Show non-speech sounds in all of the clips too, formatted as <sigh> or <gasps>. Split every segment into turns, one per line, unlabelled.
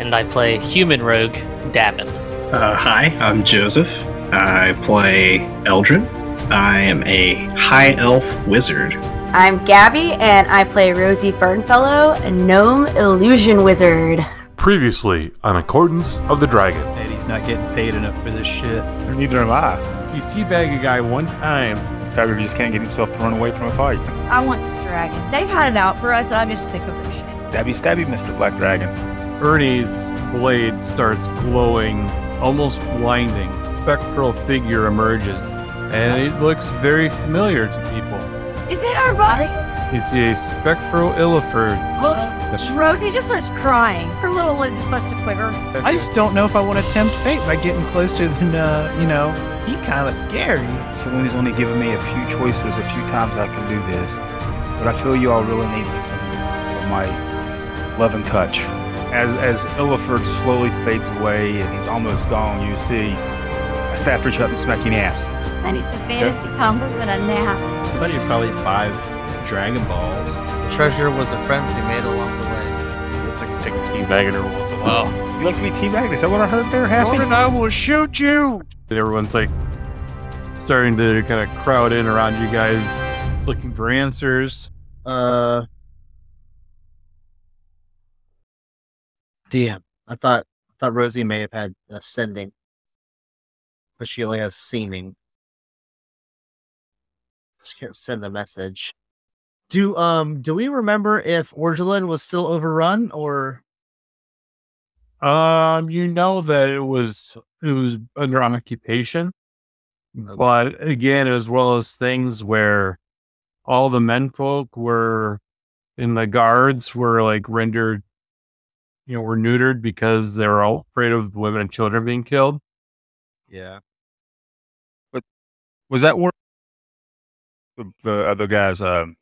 and I play human rogue Davin.
Uh, hi, I'm Joseph. I play Eldrin. I am a high elf wizard.
I'm Gabby, and I play Rosie Fernfellow, a gnome illusion wizard.
Previously on Accordance of the Dragon.
And he's not getting paid enough for this shit.
Neither am I.
You teabag a guy one time.
Tiger just can't get himself to run away from a fight.
I want this dragon. They've had it out for us, and I'm just sick of this shit.
Stabby, stabby, Mr. Black Dragon.
Ernie's blade starts glowing, almost blinding. Spectral figure emerges, and it looks very familiar to people.
Is it our body?
You see a spectral Illiford.
Rosie just starts crying. Her little lip just starts to quiver.
I just don't know if I want to tempt fate by getting closer than, uh, you know, he kind of scary.
So when he's only given me a few choices, a few times I can do this, but I feel you all really need me for, for my love and touch. As as Illiford slowly fades away and he's almost gone, you see a staff reach up and smack you in the ass.
I need some fantasy combos and a nap.
Somebody would probably buy Dragon Balls.
The treasure was the friends he made along the way.
It's like take a tea bag in her once in a while.
Luckily, teabagged. Is that what I heard there, Happy?
I will shoot you! And everyone's like starting to kind of crowd in around you guys, looking for answers. Uh,
DM. I thought I thought Rosie may have had ascending, but she only has seeming. She can't send a message. Do um do we remember if Orgelin was still overrun or
um, you know that it was it was under occupation. But again, it was one of those things where all the menfolk were and the guards were like rendered, you know, were neutered because they were all afraid of women and children being killed.
yeah?
Was that one the, the other guys, um,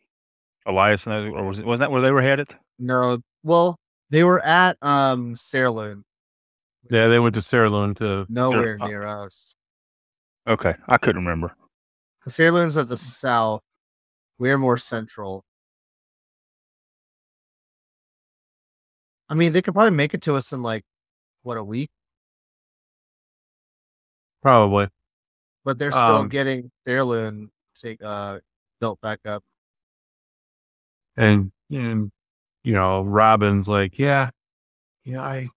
Elias and those, or was it, was that where they were headed?
No. Well, they were at um Serloon,
Yeah, they went to Serloon to
nowhere
Sir- uh,
near us.
Okay, I couldn't remember.
Serloon's at the south. We're more central. I mean, they could probably make it to us in like what a week,
probably.
but they're still
Um,
getting Serloon take uh built back up.
And and you know, Robin's like, yeah, yeah, I,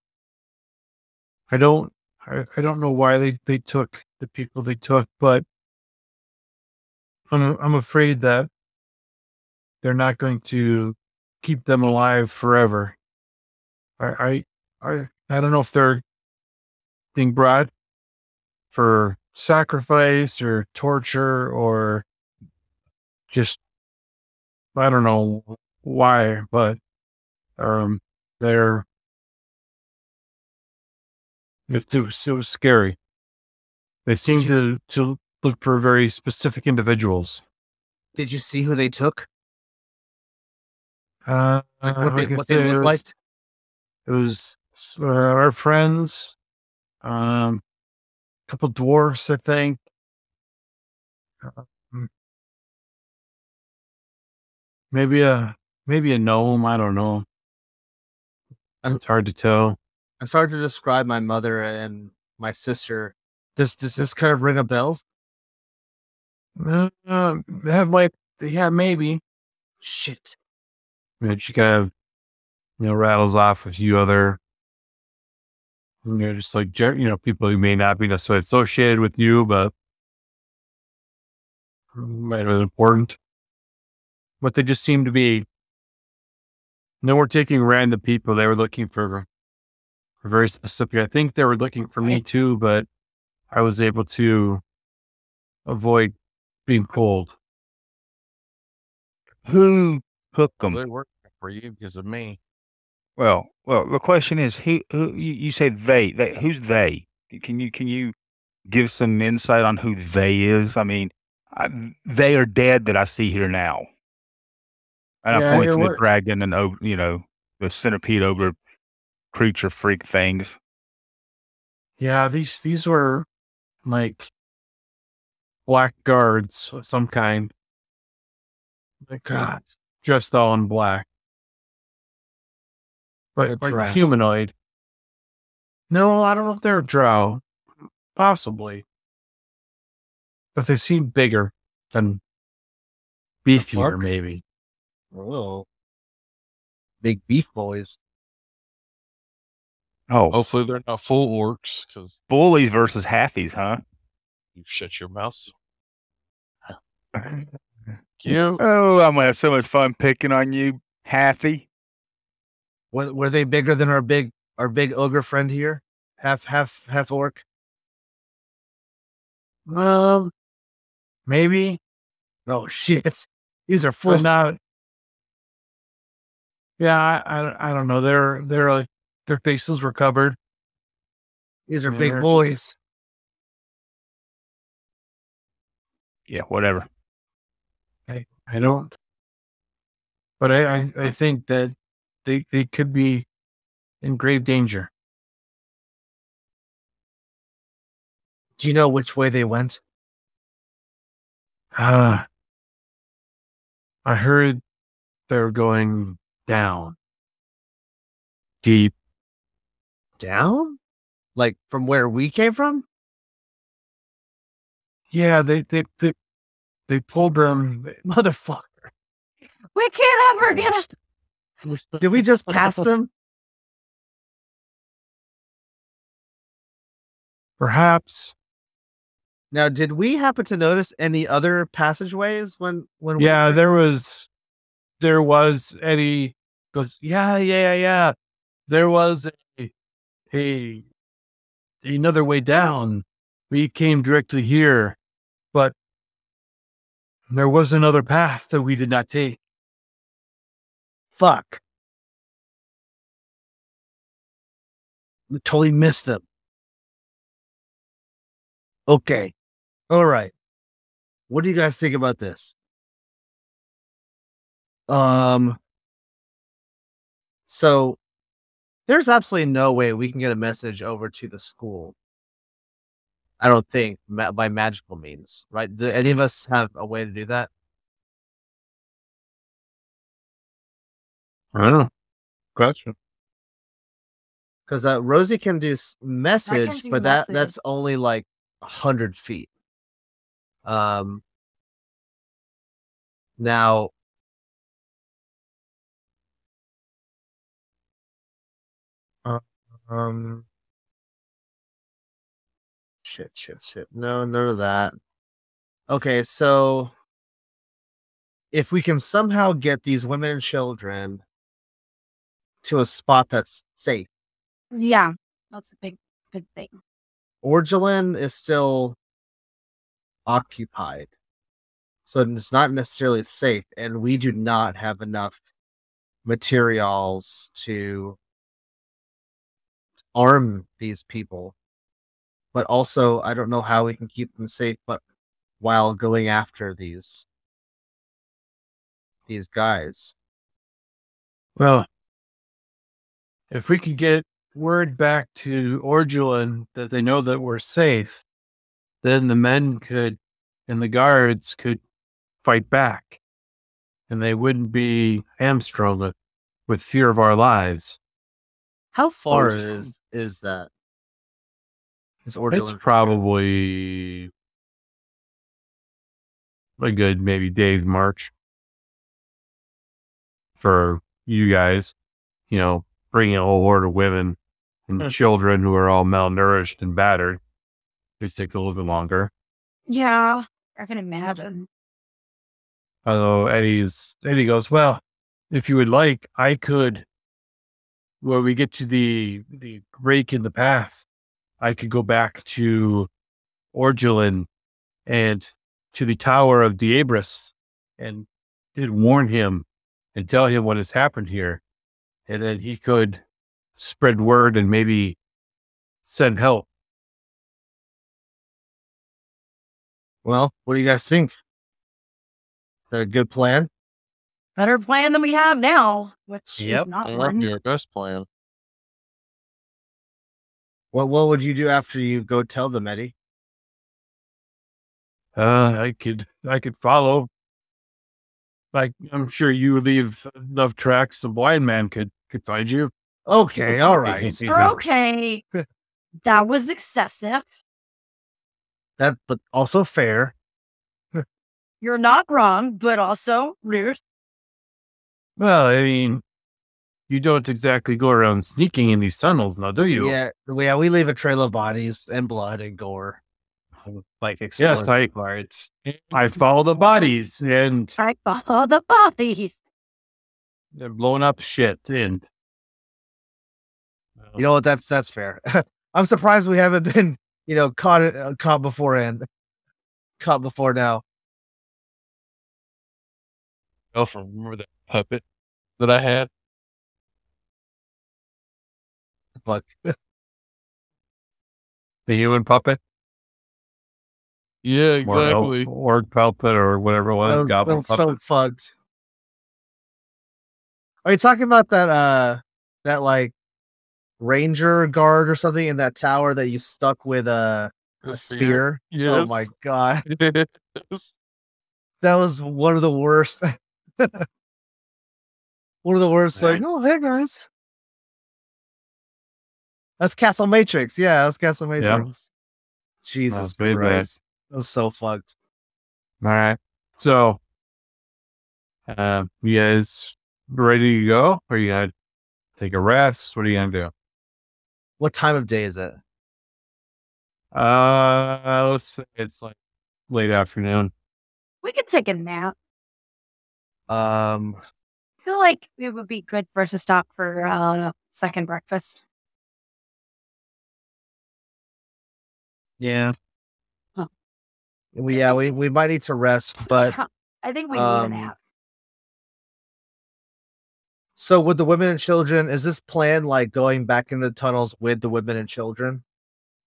I don't, I, I don't know why they they took the people they took, but I'm I'm afraid that they're not going to keep them alive forever. I I I, I don't know if they're being brought for sacrifice or torture or just I don't know why, but um, they're it, it was it was scary. They seem to to look for very specific individuals.
Did you see who they took?
Uh,
Like what
I
they, what they
said, it
looked
was-
like?
It was uh, our friends, um, a couple dwarfs, I think. Um, maybe a maybe a gnome. I don't know.
I'm-
It's hard to tell.
It's hard to describe my mother and my sister. Does does this kind of ring a bell?
Uh, uh, have my yeah maybe.
Shit.
And she kind of you know rattles off a few other you know just like gen- you know people who may not be necessarily associated with you but might have been important. But they just seem to be. They were taking random people. They were looking for, for very specific. I think they were looking for me too, but I was able to avoid being pulled.
Who took them?
They're working for you because of me.
Well, well, the question is, who, who you, you say they, they? Who's they? Can you can you give some insight on who they is? I mean, I, they are dead that I see here now. And
Yeah,
I point
here
to the
we're-
dragon and og- you know the centipede ogre creature freak
<laughs>
things.
Yeah, these these were like black guards of some kind. My God, dressed all in black, but like
drow.
humanoid. No, I don't know if they're drow, possibly, but they seem bigger and beefier,
fuck?
maybe.
Whoa. Big beef boys.
Oh,
Hopefully they're not full orcs because
bullies versus halfies, huh?
you shut your mouth.
You. Oh, I'm gonna have so much fun picking on you, halfie.
Were, were they bigger than our big our big ogre friend here? Half half half orc?
Um, maybe
Oh <laughs> shit. These are full
But not. Yeah, I, I I don't know. Their their like, their faces were covered.
these are
Yeah,
big
they're-
boys.
Yeah, whatever.
I, I don't. But I, I I think that they they could be in grave danger.
Do you know which way they went?
Ah. I heard they're going down. Deep.
Down? Like from where we came from?
Yeah, they they they they pulled them.
Motherfucker.
We can't ever get a
Did we just <laughs> pass them?
Perhaps.
Now, did we happen to notice any other passageways when when we
Yeah, there was there was Eddie goes, Yeah, yeah, yeah. There was a a another way down. We came directly here, but there was another path that we did not take.
fuck? We totally missed them. Okay. All right. What do you guys think about this? Um so there's absolutely no way we can get a message over to the school. I don't think ma- by magical means, right? Do any of us have a way to do that?
I don't know. Gotcha.
because uh, Rosie can do s- message,
do
but that
message.
that's only like a hundred feet. Um. Now. Uh, Um. Shit! Shit! Shit! No, none of that. Okay, so if we can somehow get these women and children to a spot that's safe.
yeah. That's a big good thing.
Orgelin is still occupied. So it's not necessarily safe, and we do not have enough materials to arm these people. But also, I don't know how we can keep them safe, but while going after these these guys.
Well, if we could get word back to Orgulin that they know that we're safe, then the men could and the guards could fight back. And they wouldn't be hamstrung with, with fear of our lives.
How far
Oh,
is is that? Is
It's
Orgelin
probably a good maybe day's march for you guys. You know, bringing a whole horde of women and
Hmm.
children who are all malnourished and battered. It take a little bit longer.
Yeah. I can imagine.
Although Eddie's Eddie goes, well, if you would like, I could. When we get to the the break in the path, I could go back to Orgelin and to the Tower of Diabris and did warn him and tell him what has happened here. and then he could spread word and maybe send help.
Well, what do you guys think? Is that a good plan?
Better plan than we have now, which
Yep.
is not
Yep.
one.
Your best plan. What what would you do after you go tell them, Eddie?
Uh, I could I could follow. Like I'm sure you leave enough tracks, the blind man could could find you.
Okay, all
<laughs>
right.
We're okay. that was excessive.
That but also fair.
You're not wrong, but also rude.
Well, I mean, you don't exactly go around sneaking in these tunnels, now, do you?
Yeah, we- yeah, we leave a trail of bodies and blood and gore. Like
Yes, I I follow the bodies and
I follow the bodies.
they're blowing up shit and
You know what? That's that's fair. <laughs> I'm surprised we haven't been, you know, caught uh, caught beforehand, caught before now.
Elfram, Oh, remember that puppet that I had?
<laughs>
Fuck.
the human puppet.
Yeah,
Or el-
exactly.
Org puppet or whatever it was.
Those- those so fucked. Are you talking about that? Uh, that like ranger guard or something in that tower that you stuck with a, a spear?
spear?
<laughs> Oh
Yes.
my god, <laughs> that was one of the worst. <laughs> one of the worst. Like, oh hey guys, that's Castle Matrix. Yeah, that's Castle
Oh,
Matrix. Jesus
That's way bad.
Christ, that was so fucked.
All right. So, uh, you guys ready to go? Or you gonna take a rest? What are you gonna do?
What time of day is it?
Uh, let's say it's like late afternoon.
We could take a nap.
Um,
I feel like it would be good for us to stop for uh, second breakfast.
Yeah.
Huh.
We, yeah, we, we might need to rest, but
I think we
um,
need a nap.
so with the women and children, is this plan like going back into the tunnels with the women and children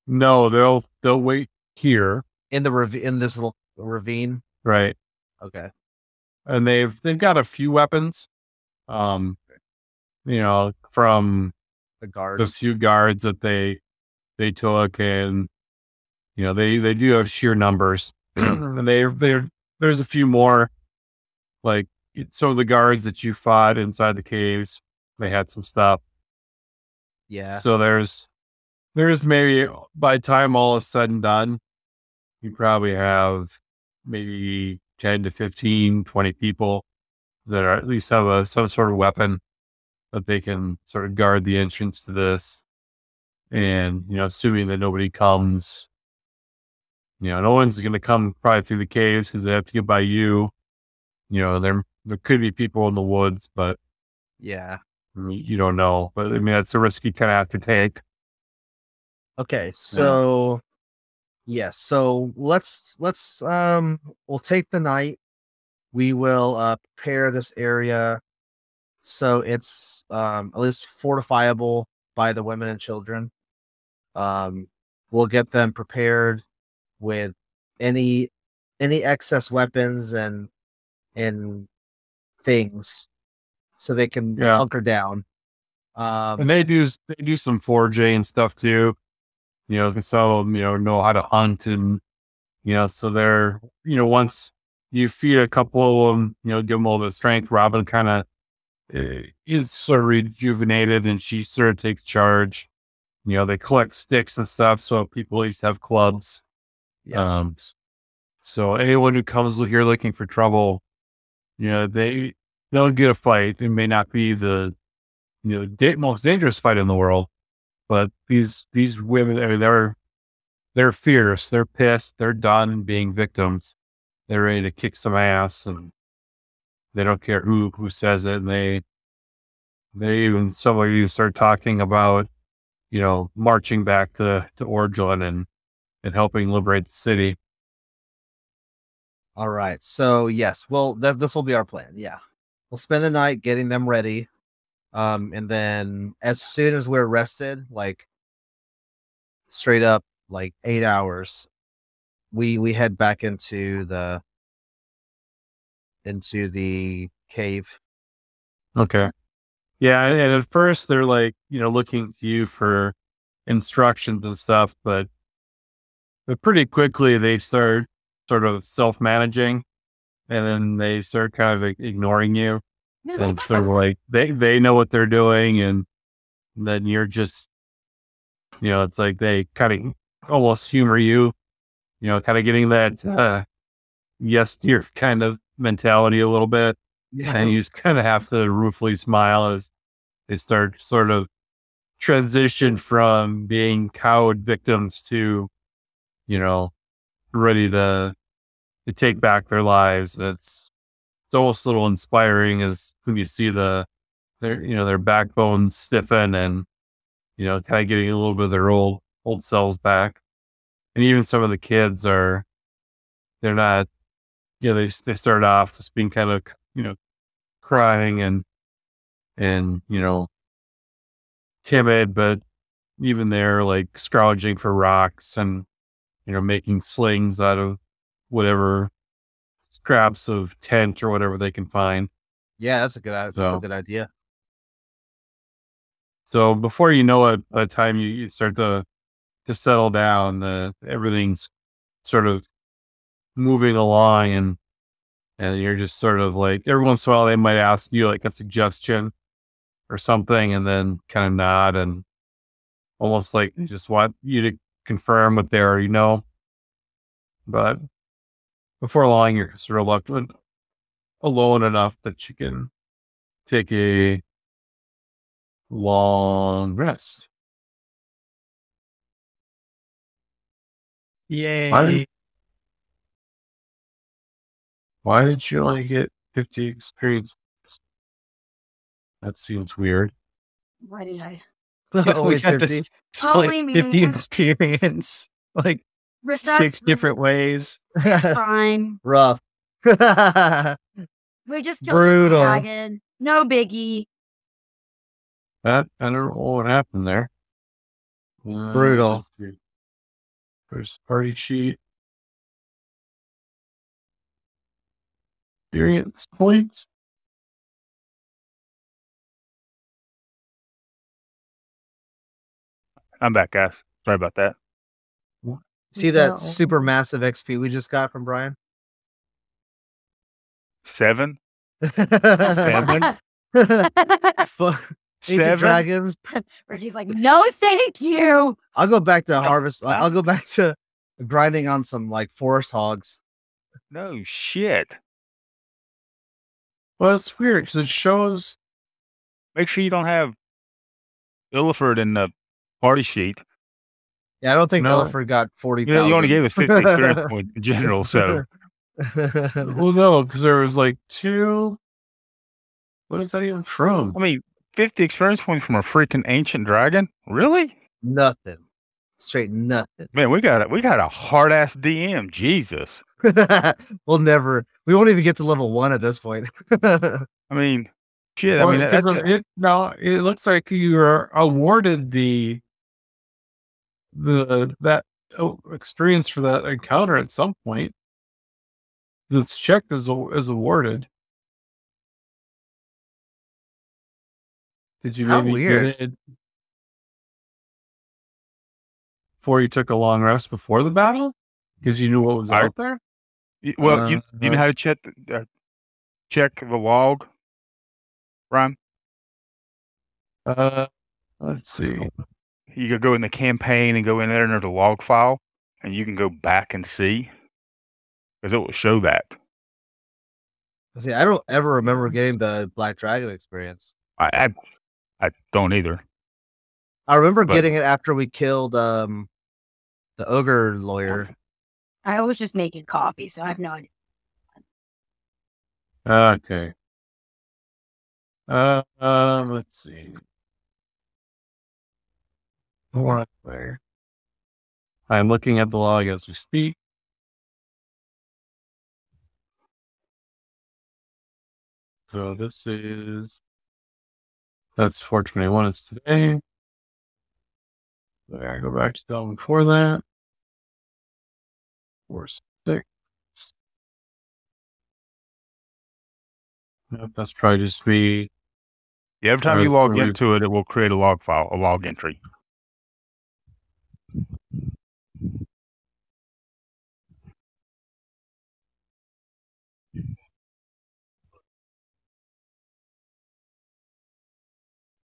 No, they'll they'll wait here,
in the rav- in this little ravine?
right?
Okay.
And they've they've got a few weapons, um, you know, from
The
the
guards.
few guards that they they took, and you know they they do have sheer numbers, <clears throat> and they they there's a few more, like it- so the guards that you fought inside the caves, they had some stuff.
yeah.
So there's there's maybe by the time all is said and done, you probably have maybe 10 to 15, 20 people that are at least have a some sort of weapon that they can sort of guard the entrance to this. And, you know, assuming that nobody comes, you know, no one's going to come probably through the caves because they have to get by you. You know, there, there could be people in the woods, but
yeah.
I mean, you don't know. But I mean, that's a risk you kind of have to take.
Okay. So yes, so let's let's um we'll take the night. We will uh prepare this area so it's um at least fortifiable by the women and children. Um we'll get them prepared with any any excess weapons and and things so they can
Yeah.
hunker down. Um
and they do they do some foraging and stuff too. You know, so you know know how to hunt and you know, so they're you know once you feed a couple of them, you know, give them a little bit of strength. Robin kind of is sort of rejuvenated, and she sort of takes charge. You know, they collect sticks and stuff, so people at least have clubs. Um, s- so anyone who comes here looking for trouble, you know, they they'll get a fight. It may not be the you know da- most dangerous fight in the world, but these these women I mean, they're they're fierce. They're pissed. They're done being victims. They're ready to kick some ass, and they don't care who who says it. And they they even some of you start talking about you know marching back to to Orgelin and and helping liberate the city.
All right. So yes, well, th- this will be our plan. Yeah, we'll spend the night getting them ready. Um, and then as soon as we're rested, like straight up like eight hours, we we head back into the into the cave.
Okay. Yeah, and and at first they're like, you know, looking to you for instructions and stuff, but but pretty quickly they start sort of self managing and then they start kind of ig- ignoring you. And so like they they know what they're doing and then you're just you know, it's like they kind of almost humor you, you know, kind of getting that uh yes to your kind of mentality a little bit.
Yeah.
And you just kind of have to ruefully smile as they start sort of transition from being cowed victims to, you know, ready to to take back their lives. And it's it's almost a little inspiring as when you see the their you know their backbone stiffen and you know kind of getting a little bit of their old old selves back. And even some of the kids are they're not you know they they start off just being kind of you know crying and and you know timid, but even they're like scrounging for rocks and you know making slings out of whatever scraps of tent or whatever they can find.
Yeah, that's a good that's
So-
a good idea.
So before you know it, by the time you, you start to to settle down, uh, everything's sort of moving along, and and you're just sort of like every once in a while they might ask you like a suggestion or something, and then kind of nod and almost like they just want you to confirm what they already know. But before long, you're sort of left alone enough that you can take a long rest.
Yay.
Why, why did you only get 50 experience? points? That seems weird. <laughs>
Why did I?
we
Always
got to
50.
s- split
Probably me.
50 experience like
Risk
six
that's
different ways.
<laughs> fine.
<laughs> Rough.
We just killed a
Brutal.
dragon. No biggie. <laughs>
That I don't know what happened there. Uh,
Brutal.
let's see. There's party sheet. Experience points.
I'm back, guys. Sorry about that.
See that
No.
super massive XP we just got from Brian? <laughs>
Seven?
Seven?
Seven?
Dragons.
Ricky's like, no, thank you.
I'll go back to harvest. I- I'll go back to grinding on some like forest hogs.
No Oh, shit.
Well, it's weird because it shows.
Make sure you don't have Illiford in the party sheet.
Yeah, I don't think
No.
Elford got forty.
You, know, you only gave us 50 experience
<laughs>
points in general, so
well, no, because there was like two. What is that even from?
I mean, 50 experience points from a freaking ancient dragon? Really?
Nothing. Straight nothing. <laughs>
Man, we got a, we got a hard ass DM. Jesus.
we'll never. We won't even get to level one at this point. <laughs>
I mean, shit.
Well,
I mean, that,
'cause
that-
it, no, it looks like you were awarded the the that oh, experience for that encounter at some point. This check is a- is awarded. Did you
How
maybe
weird.
get it before you took a long rest before the battle because you knew what was
I-
out there?
y- well, you, you know how to check uh, check the log, Ryan?
Uh, let's see.
You could go in the campaign and go in there and there's a log file, and you can go back and see because it will show that.
See, I don't ever remember getting the Black Dragon experience.
I I, I don't either.
I remember
But-
getting it after we killed um the ogre lawyer.
I was just making coffee, so I have no idea.
Okay. Uh, um, let's see. Right there. I'm looking at the log as we speak. So this is That's 421 is today. So I gotta go back to that one before that. Four six. Yep, that's probably just me.
Yeah, every time
Or-
you log
or-
into it, it will create a log file, a log entry.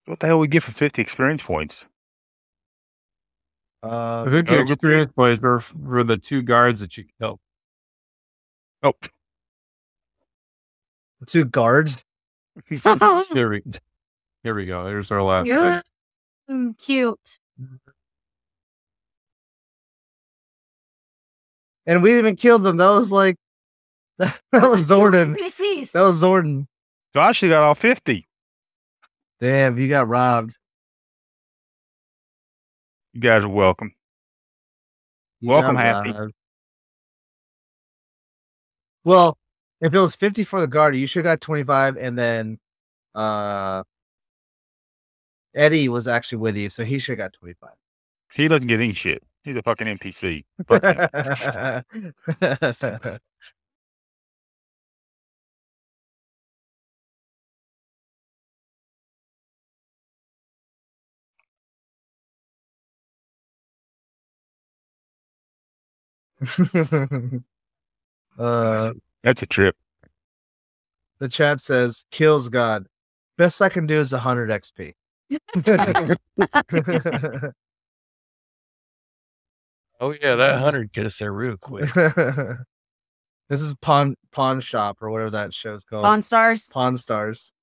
What the hell we get for 50 experience points?
Uh,
I think your experience points were, were the two guards that you killed.
Oh.
Two <laughs> guards?
<laughs>
Here we, here we go. Here's our last.
You're mm, cute.
And we even killed them. That was like, <laughs> <laughs> that was Zordon.
PCs.
That was Zordon.
So I actually got all 50.
Damn, you got robbed.
You guys are welcome.
You
welcome,
got
Happy.
robbed. Well, if it was 50 for the guard, you should have got 25. And then uh Eddie was actually with you, so he should have got 25.
He doesn't get any shit. He's a fucking NPC. Fuck him.
<laughs> That's uh,
That's a trip.
the chat says kills God. Best I can do is 100 <laughs> XP.
Oh yeah, that hundred get us there real quick.
<laughs> this is pawn pawn shop or whatever that show's
Oh.
called.
Pawn Stars?
Pawn Stars.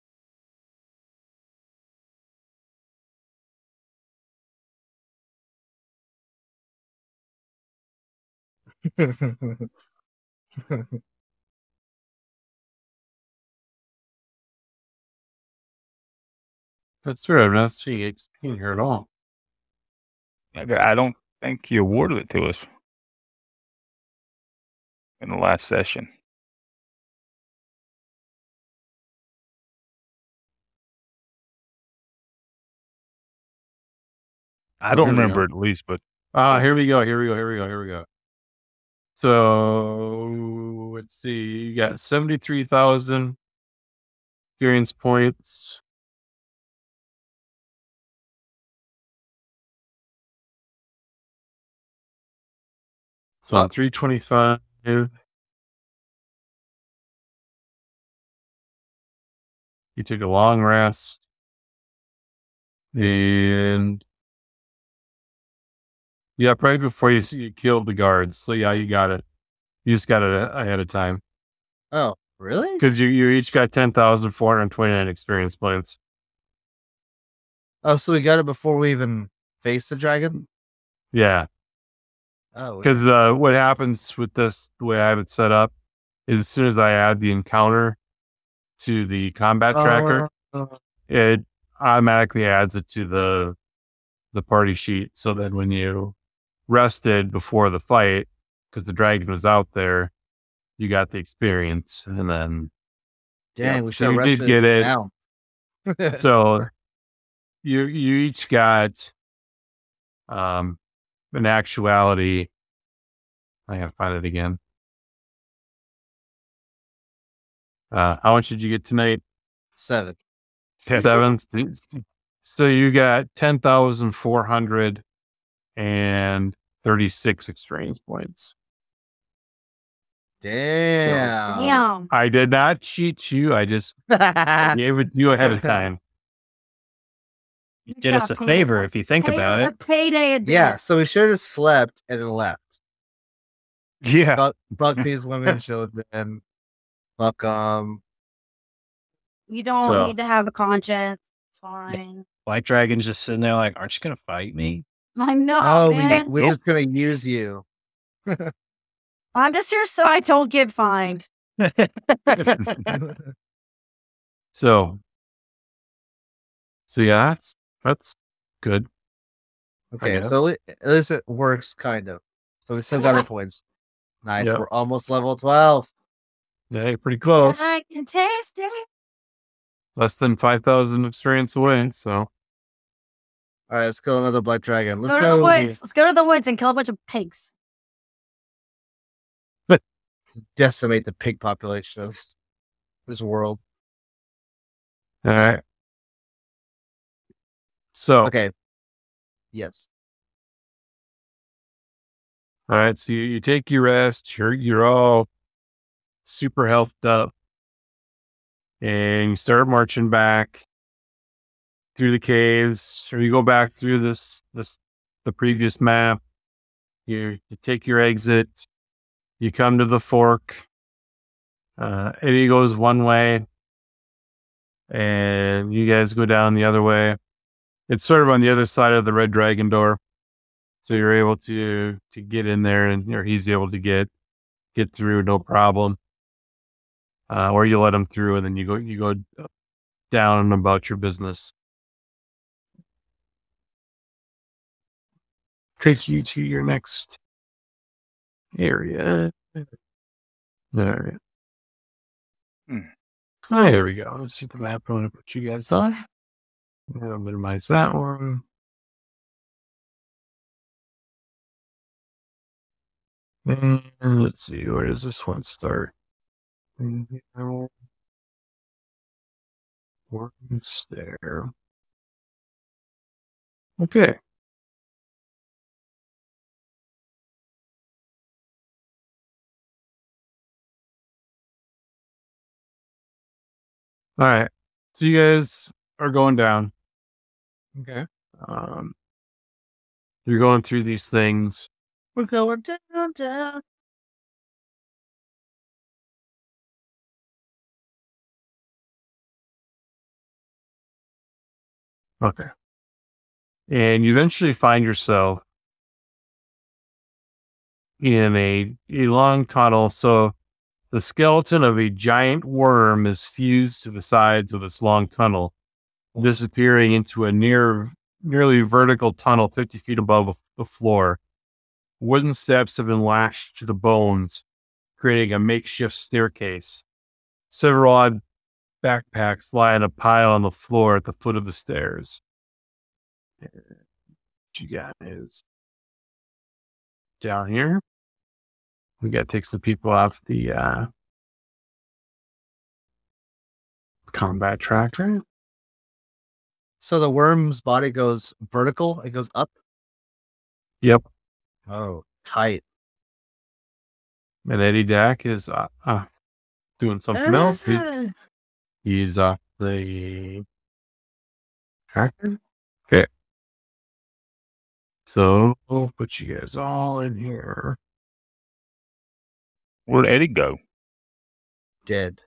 <laughs>
That's weird. I'm not seeing XP here at all.
Okay, I don't think you awarded it to us in the last session. I don't
Here we
remember
go.
at least, but
Ah, here we go. Here we go. Here we go. Here we go. So let's see. You got seventy-three thousand experience points. So three twenty-five. You took a long rest, and yeah, probably before you, you killed the guards. So yeah, you got it. You just got it a- ahead of time
Oh, really?
because you, you each got ten thousand four hundred twenty nine experience points.
Oh, so we got it before we even faced the dragon?
Yeah,
Oh,
because uh, what happens with this the way I have it set up is as soon as I add the encounter to the combat tracker,
Oh.
it automatically adds it to the the party sheet. So then when you rested before the fight, because the dragon was out there, you got the experience, and then
Dang,
Yep.
we
So
should
you
have
did get it.
Now. <laughs>
so you you each got um in actuality I gotta find it again. Uh how much did you get tonight?
Seven.
Seven. So you got ten thousand four hundred and thirty six experience points.
Damn.
Damn.
I did not cheat you. I just
Ah. <laughs>
gave it to you ahead of time.
You
did us a favor if you think
Pay-
about
a payday advance.
Yeah, so we should have slept and then left.
Yeah.
Fuck,
<laughs>
fuck these women and children. Fuck 'em.
You don't
So-
need to have a conscience. It's fine.
Black Dragon's just sitting there like, aren't you gonna fight me?
I know,
Oh, we,
man.
we're just going to use
<laughs>
you. <laughs>
I'm just here so I don't get fined.
So, so yeah, that's that's good.
Okay,
guess.
so at le- at least it works, kind of. So we still got our points. Nice.
Yeah.
We're almost level 12.
Yeah, pretty close.
I can taste it.
less than 5,000 experience away. So,
All right, let's kill another black dragon. Let's
go to
go.
the woods. Let's go to the woods and kill a bunch of pigs.
Decimate the pig population of this, this world.
all right. So,
Okay. Yes.
all right. So you, you take your rest. You're, you're all super healthed up and you start marching back through the caves or you go back through this, this, the previous map. You, you take your exit. You come to the fork. Uh, Eddie goes one way, and you guys go down the other way. It's sort of on the other side of the red dragon door, so you're able to to get in there, and or he's able to get get through no problem. Uh, or you let him through, and then you go you go uh, down and about your business. Take you to your next area. There.
Hmm.
Oh, here we go. Let's see the map I want to put you guys on. I'll minimize that one. And let's see, where does this one start? Worms there. Okay. All right. So you guys are going down.
Okay.
Um, you're going through these things.
We're going down, down.
Okay. And you eventually find yourself in a, a long tunnel. So the skeleton of a giant worm is fused to the sides of this long tunnel, disappearing into a near nearly vertical tunnel 50 feet above the floor. Wooden steps have been lashed to the bones, creating a makeshift staircase. Several odd backpacks lie in a pile on the floor at the foot of the stairs. What you got is down here. We got to take some people off the uh, combat track, right?
So the worm's body goes vertical. It goes up.
Yep.
Oh, tight.
And Eddie Dak is uh, uh, doing something
Ah,
else. He- he's off the tracker. Okay. So we'll put you guys all in here.
Where'd Eddie go?
Dead.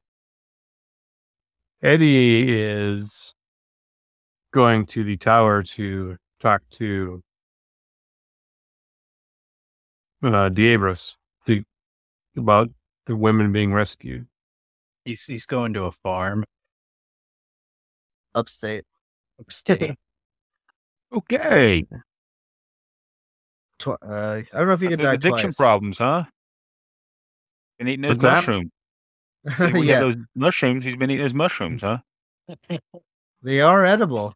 Eddie is going to the tower to talk to uh, Diabros to, about the women being rescued.
He's he's going to a farm.
Upstate. <laughs>
Upstate.
Okay. Tw- uh, I don't know if you can die
addiction
twice.
problems, huh? Been eating his
What's that?
mushrooms.
<laughs>
See, we
Yeah.
had those mushrooms. He's been eating his mushrooms, huh?
They are edible.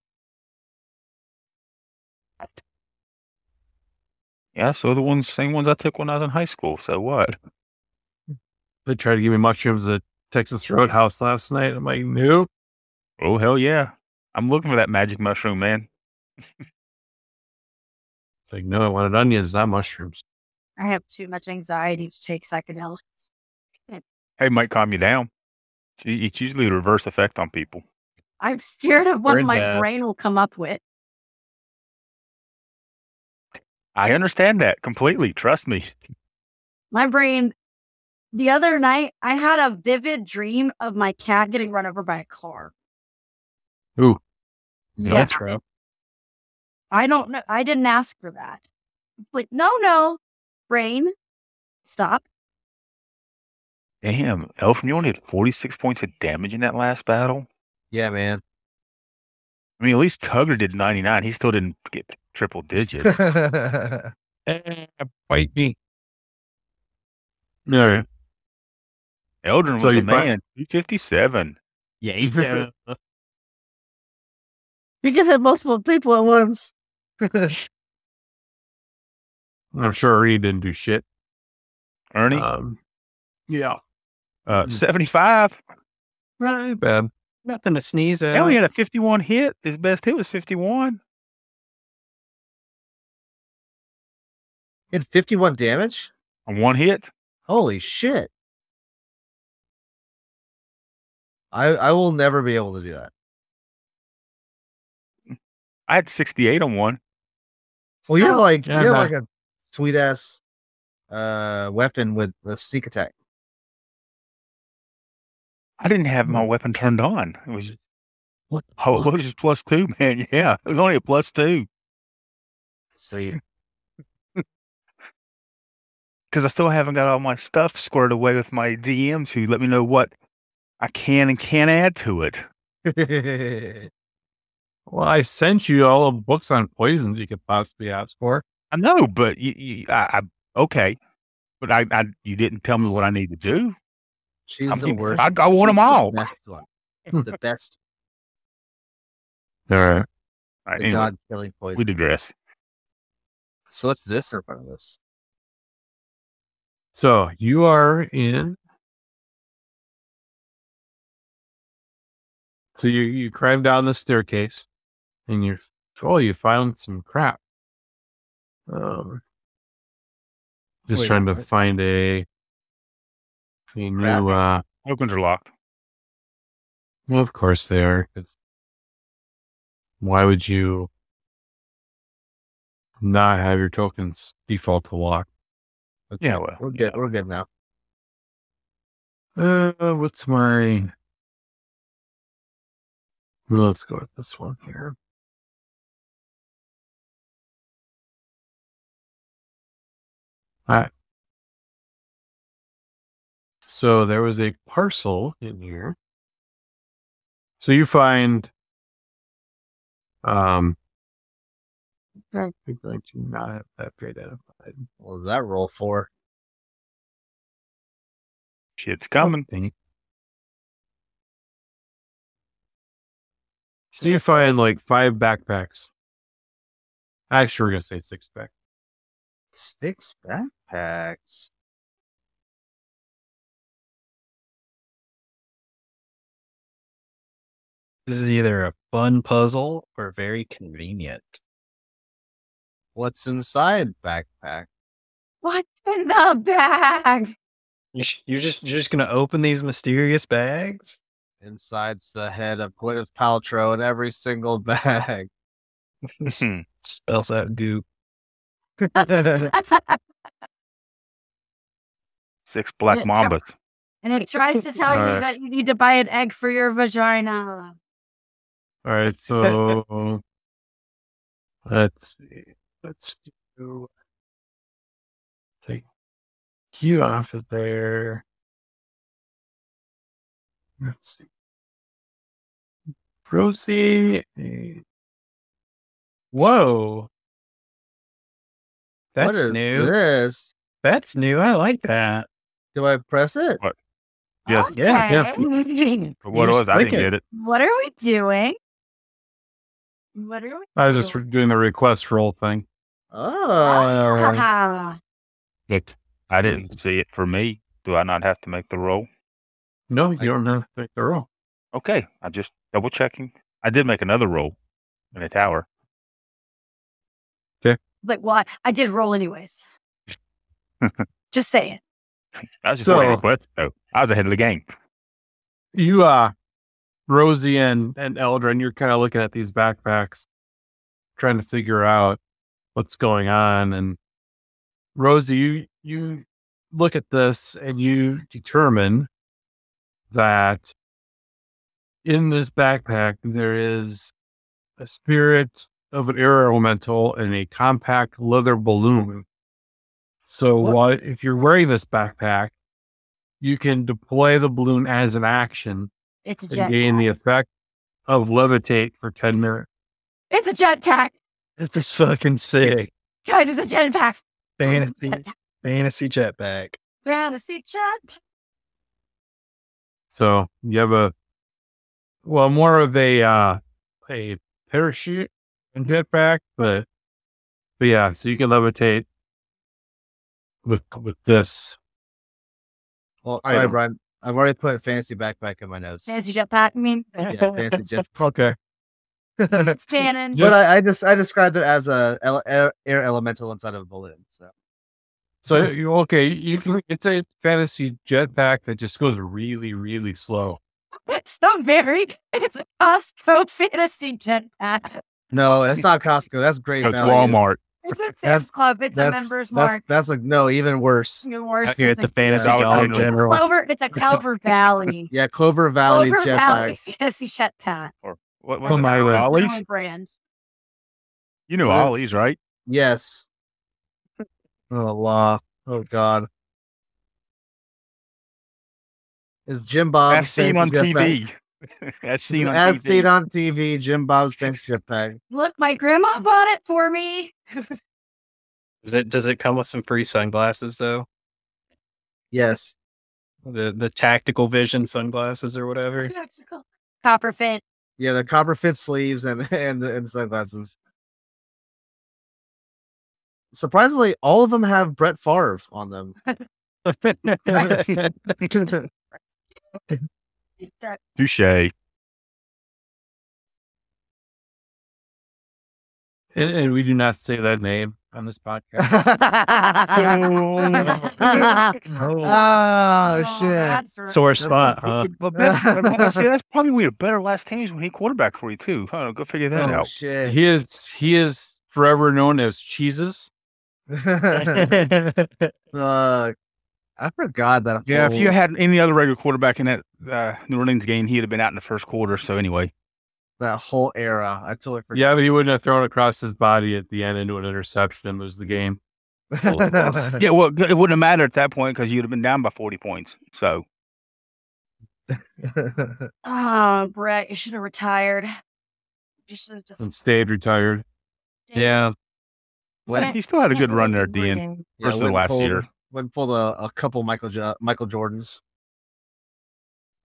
Yeah, so the ones, same ones I took when I was in high school. So what?
They tried to give me mushrooms at Texas Roadhouse last night. I'm like, nope.
Oh hell yeah! I'm looking for that magic mushroom, man.
Like, no, I wanted onions, not mushrooms.
I have too much anxiety to take psychedelics.
Hey, might calm you down. Gee, It's usually the reverse effect on people.
I'm scared of what
Where's
my
that?
brain will come up with.
I understand that completely. Trust me.
My brain. The other night, I had a vivid dream of my cat getting run over by a car.
Ooh.
Yeah. That's rough. I don't know. I didn't ask for that. It's like, no, no, brain, stop.
Damn, Elfram, you only had 46 points of damage in that last battle.
Yeah, man.
I mean, at least Tugger did 99. He still didn't get triple <laughs> digits.
<laughs>
Bite me. All right.
Eldrin
So
was
you
a
fi-
<laughs>
man. 257.
Yeah.
You can hit multiple people at once.
I'm sure Reed didn't do shit.
Ernie?
Um, yeah.
Uh, 75.
Right, bad.
<laughs> Nothing to sneeze at.
He only had a 51 hit. His best hit was 51.
Hit 51 damage?
On one hit?
Holy shit. I I will never be able to do that.
I had 68 on one.
Well, you have
Stop.
like
Yeah,
you have
but-
like a sweet ass uh weapon with a sneak attack.
I didn't have my weapon turned on. It was just, Hmm. what? Oh, it was just plus two, <laughs> man. Yeah, it was only a plus two.
Sweet.
Because I still haven't got all my stuff squared away with my DMs who let me know what I can and can't add to it.
Well, I sent you all the books on poisons you could possibly ask for.
I know, but you, you I, I okay, but I, I, you didn't tell me what I need to do.
<laughs> She's
I'm
the
keep-
worst.
I, I want
She's
them
the
all. <laughs>
best one.
<laughs>
the best.
All right.
All right,
The
anyway,
God-killing
We
poison.
digress.
So what's this in front of us?
So you are in. So you you climb down the staircase, and you oh you found some crap. Um, just
Wait,
trying to
what?
find a, a new. Uh,
Tokens are locked.
well, of course they are. It's, why would you not have your tokens default to lock?
Yeah, well, we're good. We're good now.
Uh, what's my? Let's go with this one here. All right. So there was a parcel in here. So you find, um, I think I do not have that Oh, identified.
What was that roll for?
Shit's coming.
So you find like five backpacks. Actually, we're gonna say six pack.
Six backpacks.
This is either a fun puzzle or very convenient.
What's inside backpack?
What's in the bag? <laughs>
You sh- You're just you're just gonna open these mysterious bags?
Inside's the head of Gwyneth Paltrow in every single <laughs> bag.
Hmm.
Spells out
<laughs>
goop.
Six
Yeah,
black
so-
mambas.
And it tries to tell you
Alright.
that you need to buy an egg for your vagina.
All right, so let's see. Let's do take you off of there. Let's see. Rosie. eh,
Whoa. Oh. That's
is
new.
This.
That's new. I like that.
Do I press it?
What? Yes.
Yeah.
Okay. <laughs>
But what
You
it
just
was I
click
didn't get it.
What are we doing? What are we?
I was just doing the request roll thing.
Oh.
Ah,
It.
I didn't see it for me. Do I not have to make the roll?
No, you don't have to make the roll.
Okay, I just double checking. I did <laughs> make another roll in a tower.
like what? I did roll anyways. Just saying.
I was just
So-
waiting for it, though. I was ahead of the game.
you uh rosie and and eldrin you're kind of looking at these backpacks trying to figure out what's going on and rosie you you look at this and you determine that in this backpack there is a spirit of an air elemental and a compact leather balloon so what? if you're wearing this backpack you can deploy the balloon as an action
It's a
and
jet.
gain the effect of levitate for 10 minutes.
It's a jetpack.
<laughs> This is fucking sick.
Guys, it's a jetpack.
Oh.
Fantasy fantasy jetpack.
<laughs> Fantasy jetpack.
So you have a, well, more of a, uh, a parachute and jetpack, but but yeah, so you can levitate with with this.
Well, sorry,
Item.
Brian. I've already put fancy backpack in my notes.
Fancy jetpack, I mean.
Yeah, fancy jet.
Okay.
It's canon.
<laughs> But I, I just I described it as a ele- air, air elemental inside of a balloon. So
So you okay? You can. It's a fantasy jetpack that just goes really, really slow.
It's not very. It's a Costco fantasy jetpack.
no, that's not Costco. That's great.
That's
value.
Walmart.
It's a
That's-
Sam's Club. It's a
that's-
member's
that's,
mark.
That's like no, even worse.
Even worse.
Out here at
It's
the
a
Fantasy Yeah. Dollar General.
Clover.
<laughs>
It's a Clover Valley.
Yeah, Clover Valley
Clover
jetpack.
Valley fantasy jetpack.
What,
Oh, my word.
Own brand.
You know
What is-
Ollie's, right?
<laughs>
Yes. Oh, law. Oh, God. Is Jim Bob's
As seen
fancy
on
jetpack-
TV. As
Is
seen on
as
TV.
seen on TV, Jim Bob's fancy jetpack.
Look, my grandma bought it for me.
Does it does it come with some free sunglasses though?
Yes.
The the tactical vision sunglasses or whatever.
Copper fit.
Yeah, the copper fit sleeves and <laughs> and and sunglasses. Surprisingly, all of them have Brett Favre on them.
<laughs>
<laughs>
Touche.
And, and we do not say that name on this
<laughs>
podcast.
oh,
right.
shit.
Sore
spot, huh?
But Brett- but Brett- see, <laughs> that's probably one of the better last teams when he quarterbacked for you, too. Huh, go figure that out.
Oh, shit.
<laughs>
<laughs>
he is he is forever known as Cheeses.
Uh, I forgot that.
Yeah, if
whole-
you had any other regular quarterback in that uh, New Orleans game, he'd have been out in the first quarter. So anyway,
that whole era, I totally forgot. <laughs>
Yeah, but he wouldn't have thrown across his body at the end into an interception and lose the game.
yeah, well, it wouldn't have mattered at that point because you'd have been down by forty points. So
Oh, Brett, you should have retired. You should have just.
And stayed retired.
Yeah.
he still had a good run there at the end
Yeah,
versus
went and
last
pulled-
year.
Went and pulled a, a couple Michael jo- Michael Jordans. <laughs>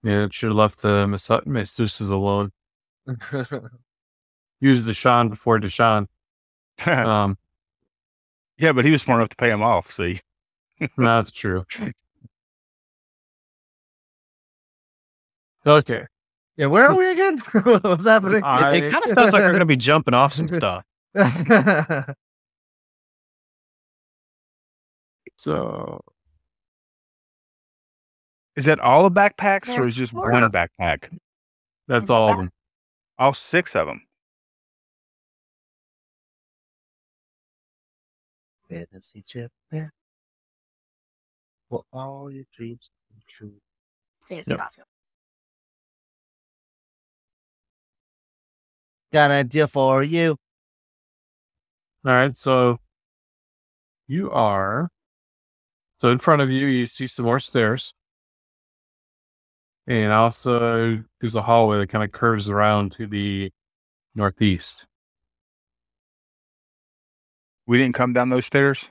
Yeah, it should have left the mas- masseuses alone. Use Deshaun before Deshaun. Um,
<laughs> Yeah, but he was smart enough to pay him off. See,
that's true. Okay.
Yeah, where are we again? <laughs> What's happening?
I-
it kind of sounds like we're going to be jumping off some
<laughs>
stuff.
gonna.
So
is that all the backpacks or is
There's
just
four.
one backpack?
That's all of them.
All six of them.
Fantasy chip. Well, all your dreams come true.
Fancy
Yep.
Costco.
Got an idea for you.
All right, so you are so in front of you. You see some more stairs, and also there's a hallway that kind of curves around to the northeast.
We didn't come down those stairs.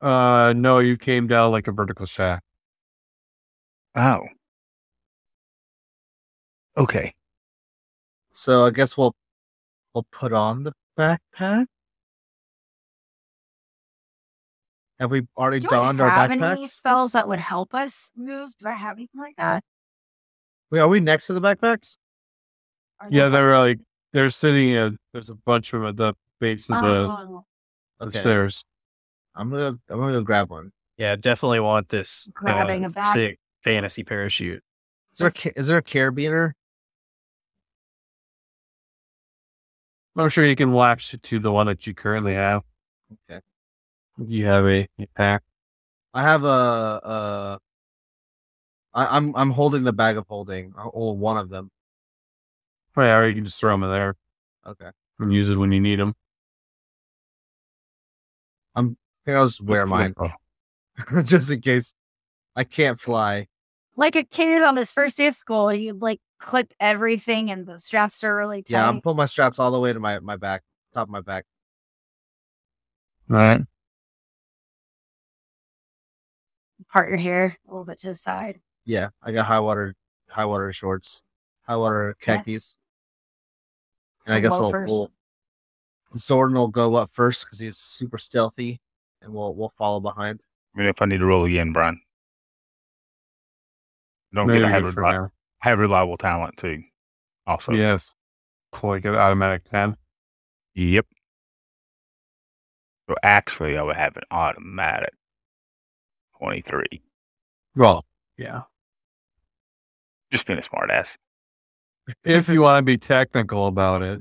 Uh, no, you came down like a vertical shaft.
Oh, okay.
So I guess we'll we'll put on the backpack. Have we already
Do
donned
I
our
have
backpacks?
any spells that would help us move? Do I have anything like that?
Wait, are we next to the backpacks?
Yeah, they're like they're sitting. uh there's a bunch of them at the base of the,
Oh,
the
Okay.
stairs.
I'm gonna I'm gonna go grab one.
Yeah, definitely want this
Grabbing
uh,
a back-
sick fantasy parachute.
Is there a, ca- is there a carabiner?
I'm sure you can latch it to the one that you currently have.
Okay.
You have a pack.
I have a uh I, I'm I'm holding the bag of holding or- or one of them.
Right, Oh, or you can just throw them in there
Okay.
and use it when you need them.
Here, I'll just wear mine <laughs> just in case I can't fly.
Like a kid on his first day of school, you like clip everything and the straps are really tight.
Yeah, I'm pulling my straps all the way to my, my back, top of my back.
All right.
Part your hair a little bit to the side.
Yeah, I got high water high water shorts, high water khakis. And I guess I'll
Lopers.
we'll, Zordon will go up first because he's super stealthy, and we'll we'll follow behind.
I mean, if I need to roll again, Brian. Don't
No,
get I
you're
have,
good for
reli-
now.
I have reliable talent too. Also,
Yes. Like an automatic <laughs> 10.
Yep. So actually, I would have an automatic twenty-three.
Well, yeah.
Just being a smartass.
If you want to be technical about it.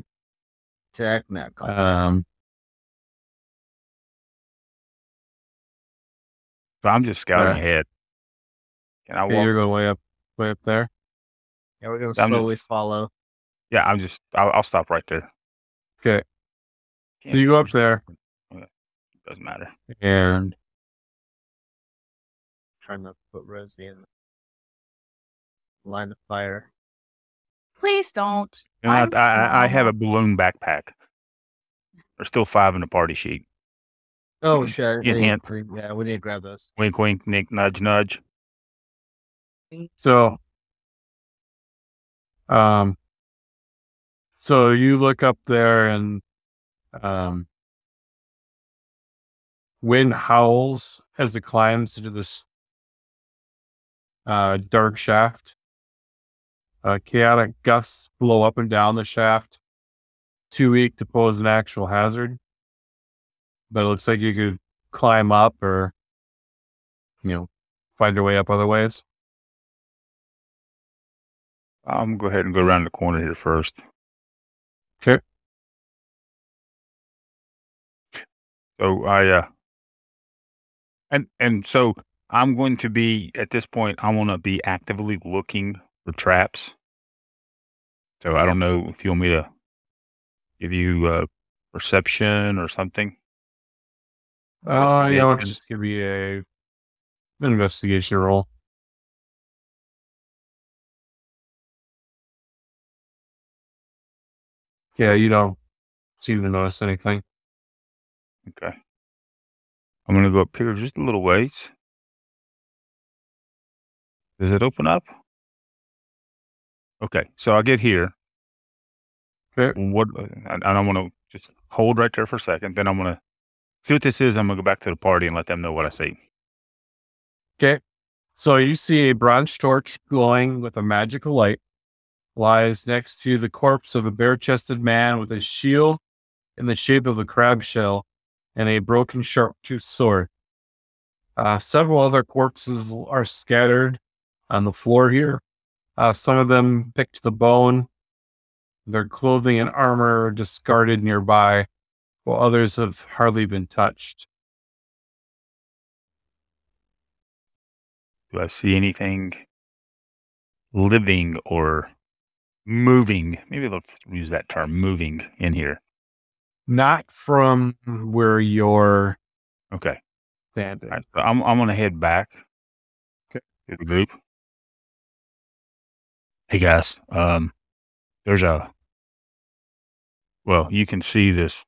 Technical.
Um,
So I'm just scouting
Alright.
ahead. Can I
okay,
walk?
you're going way up, way up there.
Yeah, we're gonna
I'm
slowly
just-
follow.
Yeah, I'm just. I'll, I'll stop right there.
Okay.
Can't
So you go up there
Doesn't matter.
and
Trying not to put Rosie in the line of fire.
Please don't.
And I,
I'm-
I, I have a balloon backpack. There's still five in the party sheet.
Oh shit!
Yeah,
I need
hand-
three- yeah, we need to grab those.
Wink, wink, nick, nudge, nudge.
So, um, so you look up there and, um, wind howls as it climbs into this, uh, dark shaft. Uh, chaotic gusts blow up and down the shaft, too weak to pose an actual hazard. But it looks like you could climb up or, you know, find your way up other ways.
I'm gonna go ahead and go around the corner here first.
Okay.
So I uh and and so I'm going to be at this point I wanna be actively looking for traps. So I don't know if you want me to give you uh perception or something.
Uh, yeah, let's
Investigation.
just give me a an investigation roll. Yeah, you don't seem to notice anything.
Okay. I'm gonna go up here just a little ways. Does it open up? Okay, so I get here.
Okay.
What? And I want to just hold right there for a second. Then I'm gonna see what this is. I'm gonna go back to the party and let them know what I see.
Okay. So you see a bronze torch glowing with a magical light lies next to the corpse of a bare chested man with a shield in the shape of a crab shell and a broken sharp toothed sword. Uh, several other corpses are scattered on the floor here. Uh, some of them picked to the bone. Their clothing and armor are discarded nearby, while others have hardly been touched.
Do I see anything living or moving? Maybe let's use that term, moving, in here.
Not from where you're
Okay.
standing.
All right, so I'm I'm gonna head back.
Okay.
To the group. Hey guys, um, there's a. Well, you can see this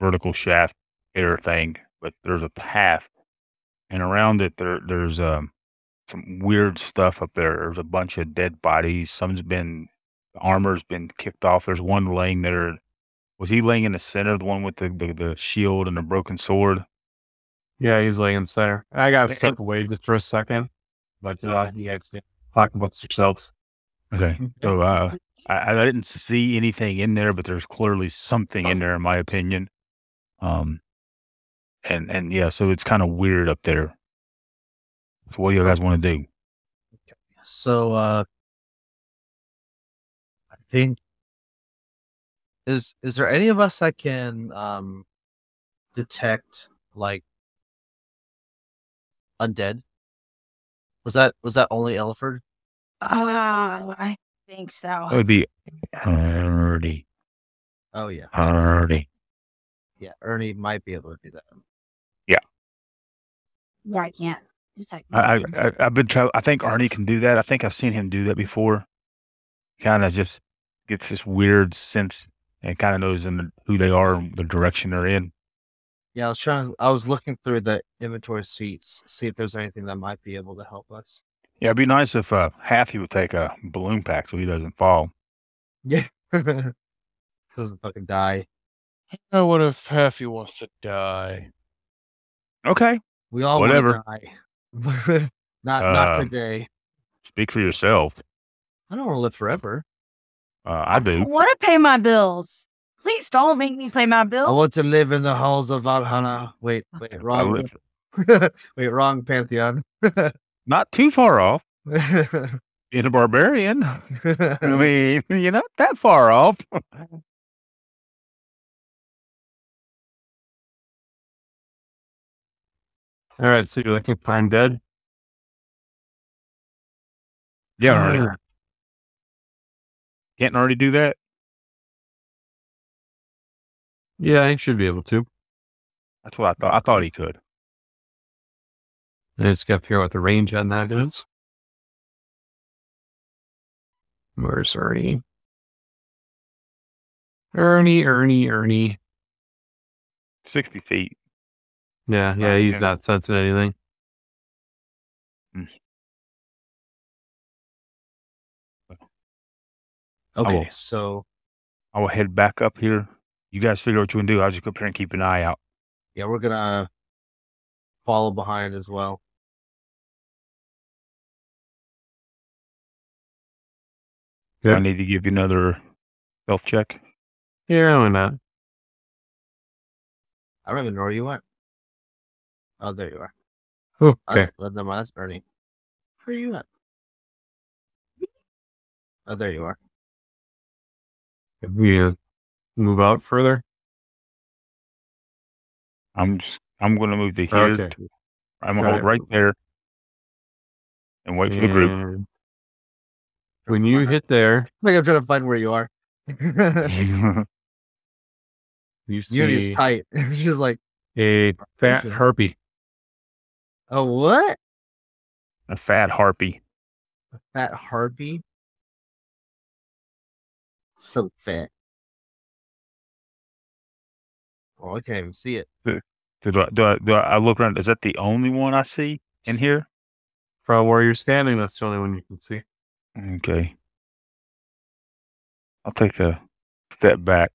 vertical shaft air thing, but there's a path, and around it there there's um some weird stuff up there. There's a bunch of dead bodies. Some's been the armor's been kicked off. There's one laying there. Was he laying in the center, the one with the, the, the shield and the broken sword?
Yeah, he's laying center. And I gotta
And-
step away just for a second, but uh, you guys can talk amongst yourselves.
<laughs> Okay. So uh, I, I didn't see anything in there, but there's clearly something in there, in my opinion. Um, and and yeah, so it's kind of weird up there. So what do you guys want to do?
So uh I think is is there any of us that can um detect like undead? Was that was that only Elford?
Oh, I think so.
That would be Ernie.
Oh yeah.
Ernie.
Yeah, Ernie might be able to do that.
Yeah, I can't. It's like,
I, I- I I've been trying. I think Ernie can do that. I think I've seen him do that before. Kind of just gets this weird sense and kind of knows them who they are and the direction they're in.
Yeah, I was trying to, I was looking through the inventory sheets, see if there's anything that might be able to help us.
Yeah, it'd be nice
<laughs>
if uh, Halfy would take a balloon pack so he doesn't fall.
Yeah. doesn't fucking die.
Oh, what if Heffy wants to die?
Okay.
We all
Whatever.
Whatever. die. <laughs> not not
Um,
today.
Speak for yourself.
I don't want to live forever.
Uh, I
I
do.
want to pay my bills. Please don't make me pay my
I
bills.
want to live in the halls of Valhalla. Wait, wait,
I
wrong.
live
<laughs> wait, wrong pantheon. <laughs>
not too far off. In a barbarian. <laughs> I mean, <laughs> you're not that far off.
All right, so you're looking for I'm dead.
Yeah, already. Can't already do that.
Yeah, he should be able to.
That's what I thought. I thought he could.
I just got to figure out what the range on that is. Where's Ernie? Ernie, Ernie, Ernie.
Sixty feet.
Yeah, yeah, he's
Okay.
not sensitive to anything.
I will-
Okay, so
I will head back up here. You guys figure out what you can do. I'll just go up here and keep an eye out.
yeah, we're gonna follow behind as well.
I need to give you another self check.
Yeah, why not?
I don't even know where you went. Oh, there you are.
Okay.
Oh, that's, that- never mind, that's Ernie. Where are you at? Oh, there you are.
If we uh, move out further.
I'm just, I'm going to move to here.
Okay.
to- I'm going
Got
to hold
it.
right there and wait for the group.
And When you hit there,
Like I'm trying to find where you are. <laughs>
you
Unity's
see
tight. <laughs> She's just like,
a fat
Listen.
harpy.
oh, what?
<laughs> A fat harpy.
That harpy? So fat. Oh, I can't even see it.
Do I, do I, do I, I look around? Is that the only one I see in here?
From where you're standing, that's the only one you can see.
Okay. I'll take a step back.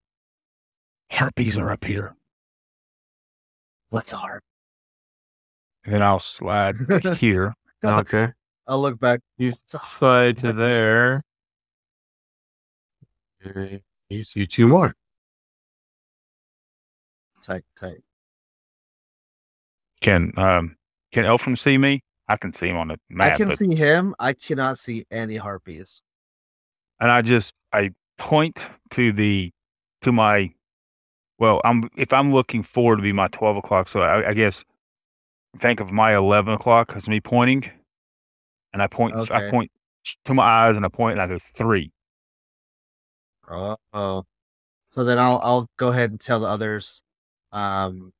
Harpies are up here.
What's a harp?
And then I'll <laughs> slide here.
Okay.
I'll look back.
You slide to there. And You see two more.
Tight, tight.
Can um can Elfram see me? I can see him on the map.
I can
but-
see him. I cannot see any harpies.
and I just I point to the to my well, I'm if I'm looking forward to be my twelve o'clock, so I, I guess think of my eleven o'clock as me pointing, and I point I
Okay.
point to my eyes and I point and I go three.
Oh. So then I'll I'll go ahead and tell the others um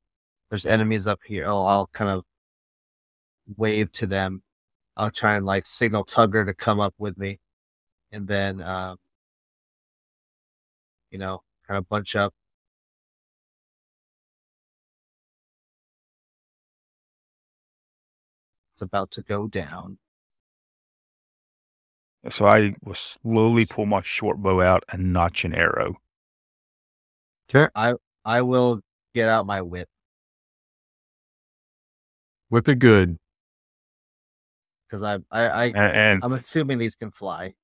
there's enemies up here. I'll, I'll kind of wave to them. I'll try and like signal Tugger to come up with me. And then um you know, kind of bunch up. It's about to go down.
So I will slowly pull my short bow out and notch an arrow.
I I will get out my whip
Whip it good.
because I I, I
and-
I'm assuming these can fly.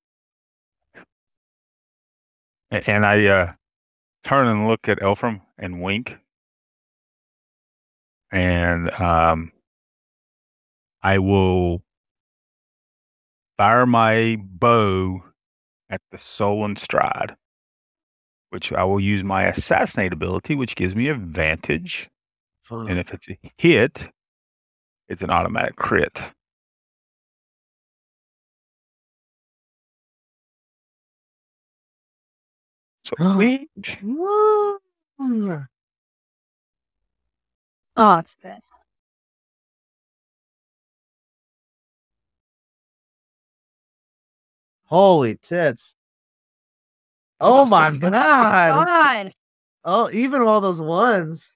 A- And I uh, turn and look at Elfram and wink. And um, I will fire my bow at the Solon Stride, which I will use my assassinate ability, which gives me advantage.
Mm-hmm.
And if it's a hit, it's an automatic crit. So wink.
Woo. Oh, it's good.
Holy tits. Oh my god.
God.
Oh, even all those ones.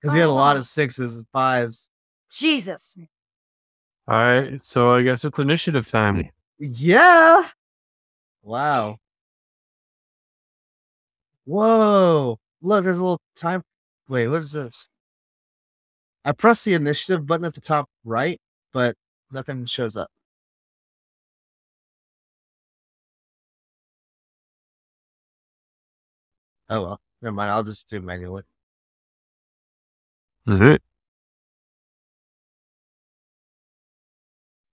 Because he had a lot of sixes and fives.
Jesus.
All right, so I guess it's initiative time.
Yeah. Wow. Whoa! Look, there's a little time. Wait, what is this? I press the initiative button at the top right, but nothing shows up. Oh well, never mind. I'll just do it manually.
All right.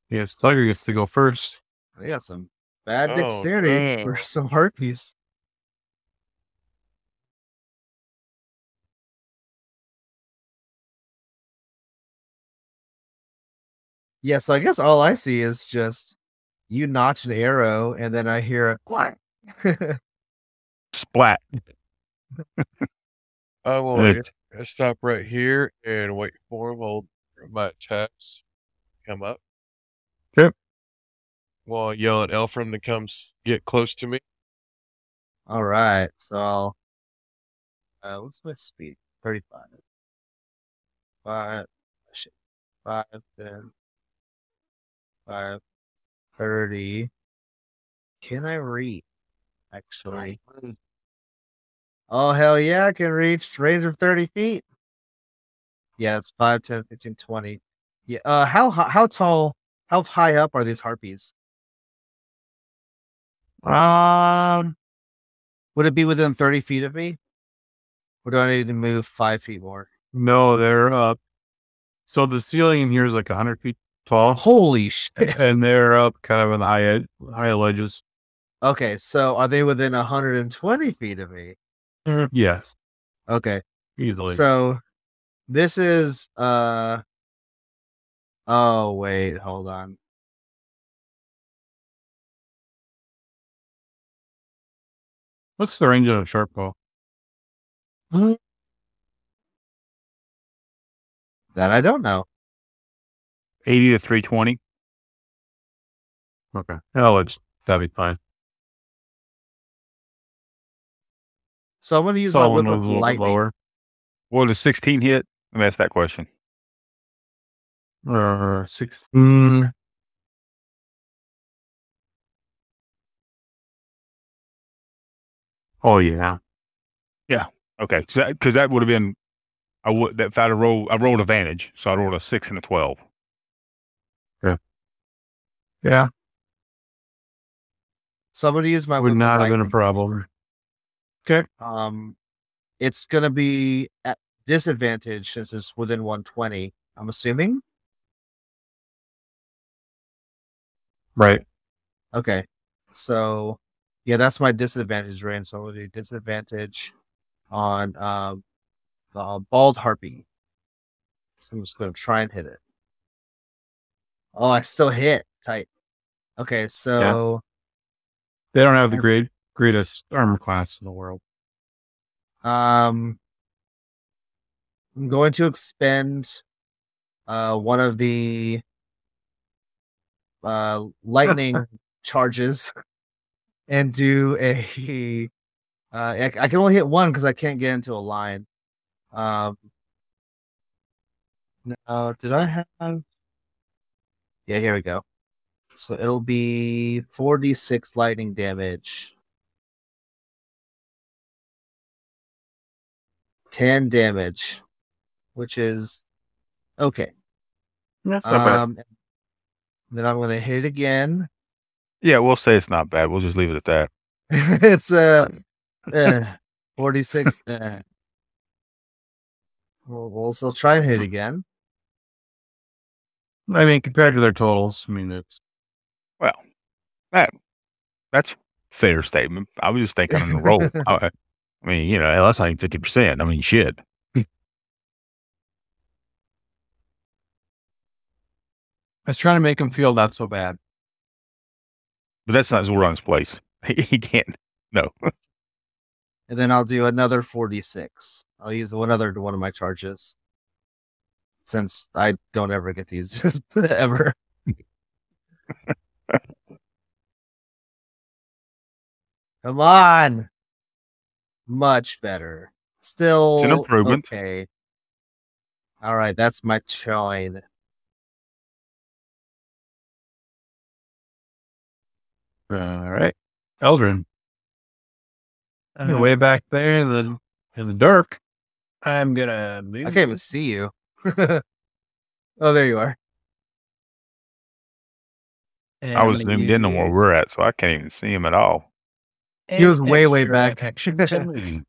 Yes, Tiger gets to go first.
I got some bad
Oh,
dexterity
dang.
for <laughs> some harpies. Yeah, so I guess all I see is just you notch an arrow, and then I hear a <laughs> clack.
Splat.
I will
Uh,
hit- stop right here and wait for him. I'll my attacks come up.
Okay.
While I yell at Elfram to come s- get close to me.
all right, so I'll. Uh, what's my speed? 35. 5, oh, shit, 5, 10, 5, 30. Can I reach? Actually. Oh, hell yeah, I can reach range of 30 feet. Yeah, it's 5, 10, 15, 20. Yeah. Uh, how, hi- how tall, how high up are these harpies? Um, would it be within 30 feet of me? Or do I need to move five feet more?
No, they're up. So the ceiling in here is like hundred feet tall.
Holy shit!
And they're up kind of on the high ed- high ledges.
Okay, so are they within 120 feet of me?
Yes,
Okay.
easily.
So this is uh oh wait, hold on.
What's the range of a sharp bow?
That I don't know.
80 to 320.
Okay. Oh, it's that'd be fine.
So I'm gonna use my
Someone
whip
was a
of
little bit
lightning.
lower. Will the 16 hit? Let me ask that question.
Uh, sixteen. Oh yeah.
Yeah. Okay. Because that, 'cause that would have been, I would that if I'd have rolled, I rolled advantage, so I rolled a six and a twelve.
Yeah.
So I'm gonna use my
Would
whip of
not have been a
lightning.
problem.
Okay.
Um it's gonna be at disadvantage since it's within 120, I'm assuming.
Right.
Okay. So yeah, that's my disadvantage range. So I'll do disadvantage on um the bald harpy. So I'm just gonna try and hit it. Oh, I still hit tight. Okay, so
They don't have the great greatest armor class in the world.
um I'm going to expend uh one of the uh lightning charges and do a <laughs> uh I, I can only hit one because I can't get into a line. Um no, did I have Yeah, here we go. So it'll be 46 lightning damage. 10 damage, which is okay.
That's
not bad.
bad. Then I'm going to hit again. <laughs>
Yeah, we'll say it's not bad. We'll just leave it at that.
it's uh, uh, 46. uh. We'll, we'll still try and hit again.
I mean, compared to their totals, I mean it's
Well, that that's fair statement. I was just thinking on the roll. I, I mean, you know, hell, that's not even fifty percent. I mean, shit.
I was trying to make him feel not so bad.
But that's not Zoran's place. <laughs> He, he can't. No.
And then I'll do another 46. I'll use one other one of my charges since I don't ever get to use <laughs> this
<laughs>
ever. Come on. Much better. Still
improvement.
Okay. All right, that's my choin.
All right. Eldrin.
Uh-huh.
You're way back there in the in the dark.
I'm gonna move.
I can't even see you. <laughs> oh, there you are.
and
I
I'm
was
gonna
zoomed
use
in on
the
where we're at, so I can't even see him at all.
He was way, way
extra
back.
action
<laughs>
to-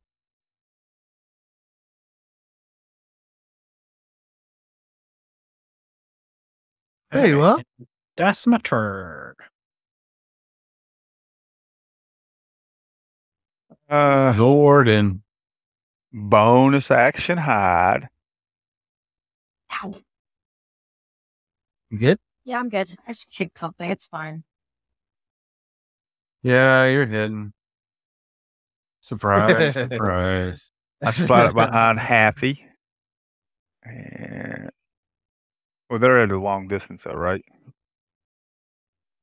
There you are.
That's my turn.
Uh,
Zorden.
Bonus action hide.
You good?
Yeah, I'm good. I just kicked something. It's fine.
Yeah, you're hidden. Surprise, <laughs> surprise.
I
<laughs>
slide up behind Happy. And well, they're at a long distance, though, right?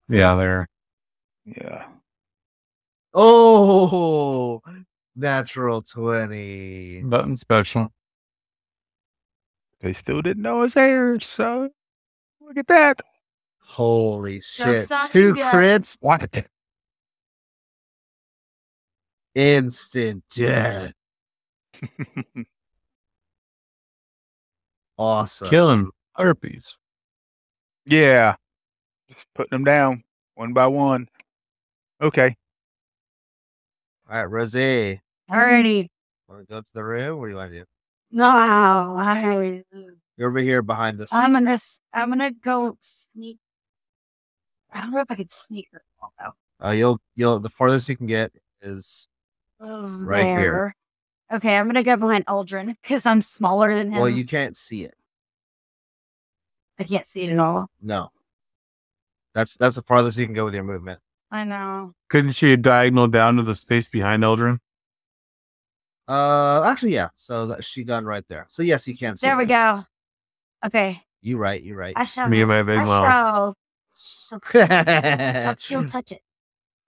Yeah, there.
Yeah.
<laughs> Oh, natural 20.
Nothing special.
They still didn't know his there, so look at that. <laughs>
Holy shit.
suck,
Two
you guys.
crits. Instant death. awesome.
Kill him. Herpes.
Yeah. Just putting them down one by one. Okay.
All right, Rosie.
Alrighty.
Want to go to the room? What do you want to do?
No, I,
You're over here behind us.
I'm gonna. s- I'm gonna go sneak. I don't know if I could sneak her though.
Uh, you'll you'll the farthest you can get is Right
there.
here.
Okay, I'm gonna go behind Aldrin because I'm smaller than him.
well, you can't see it.
I can't see it at all.
No, that's that's the farthest you can go with your movement.
I know.
Couldn't she diagonal down to the space behind Eldrin?
Uh, actually, yeah. So that, she done right there. So yes, you can see.
There we
it.
go. Okay,
You right. You right.
I shall.
Me and my big
I
mouth.
shall.
<laughs>
shall- She'll touch it.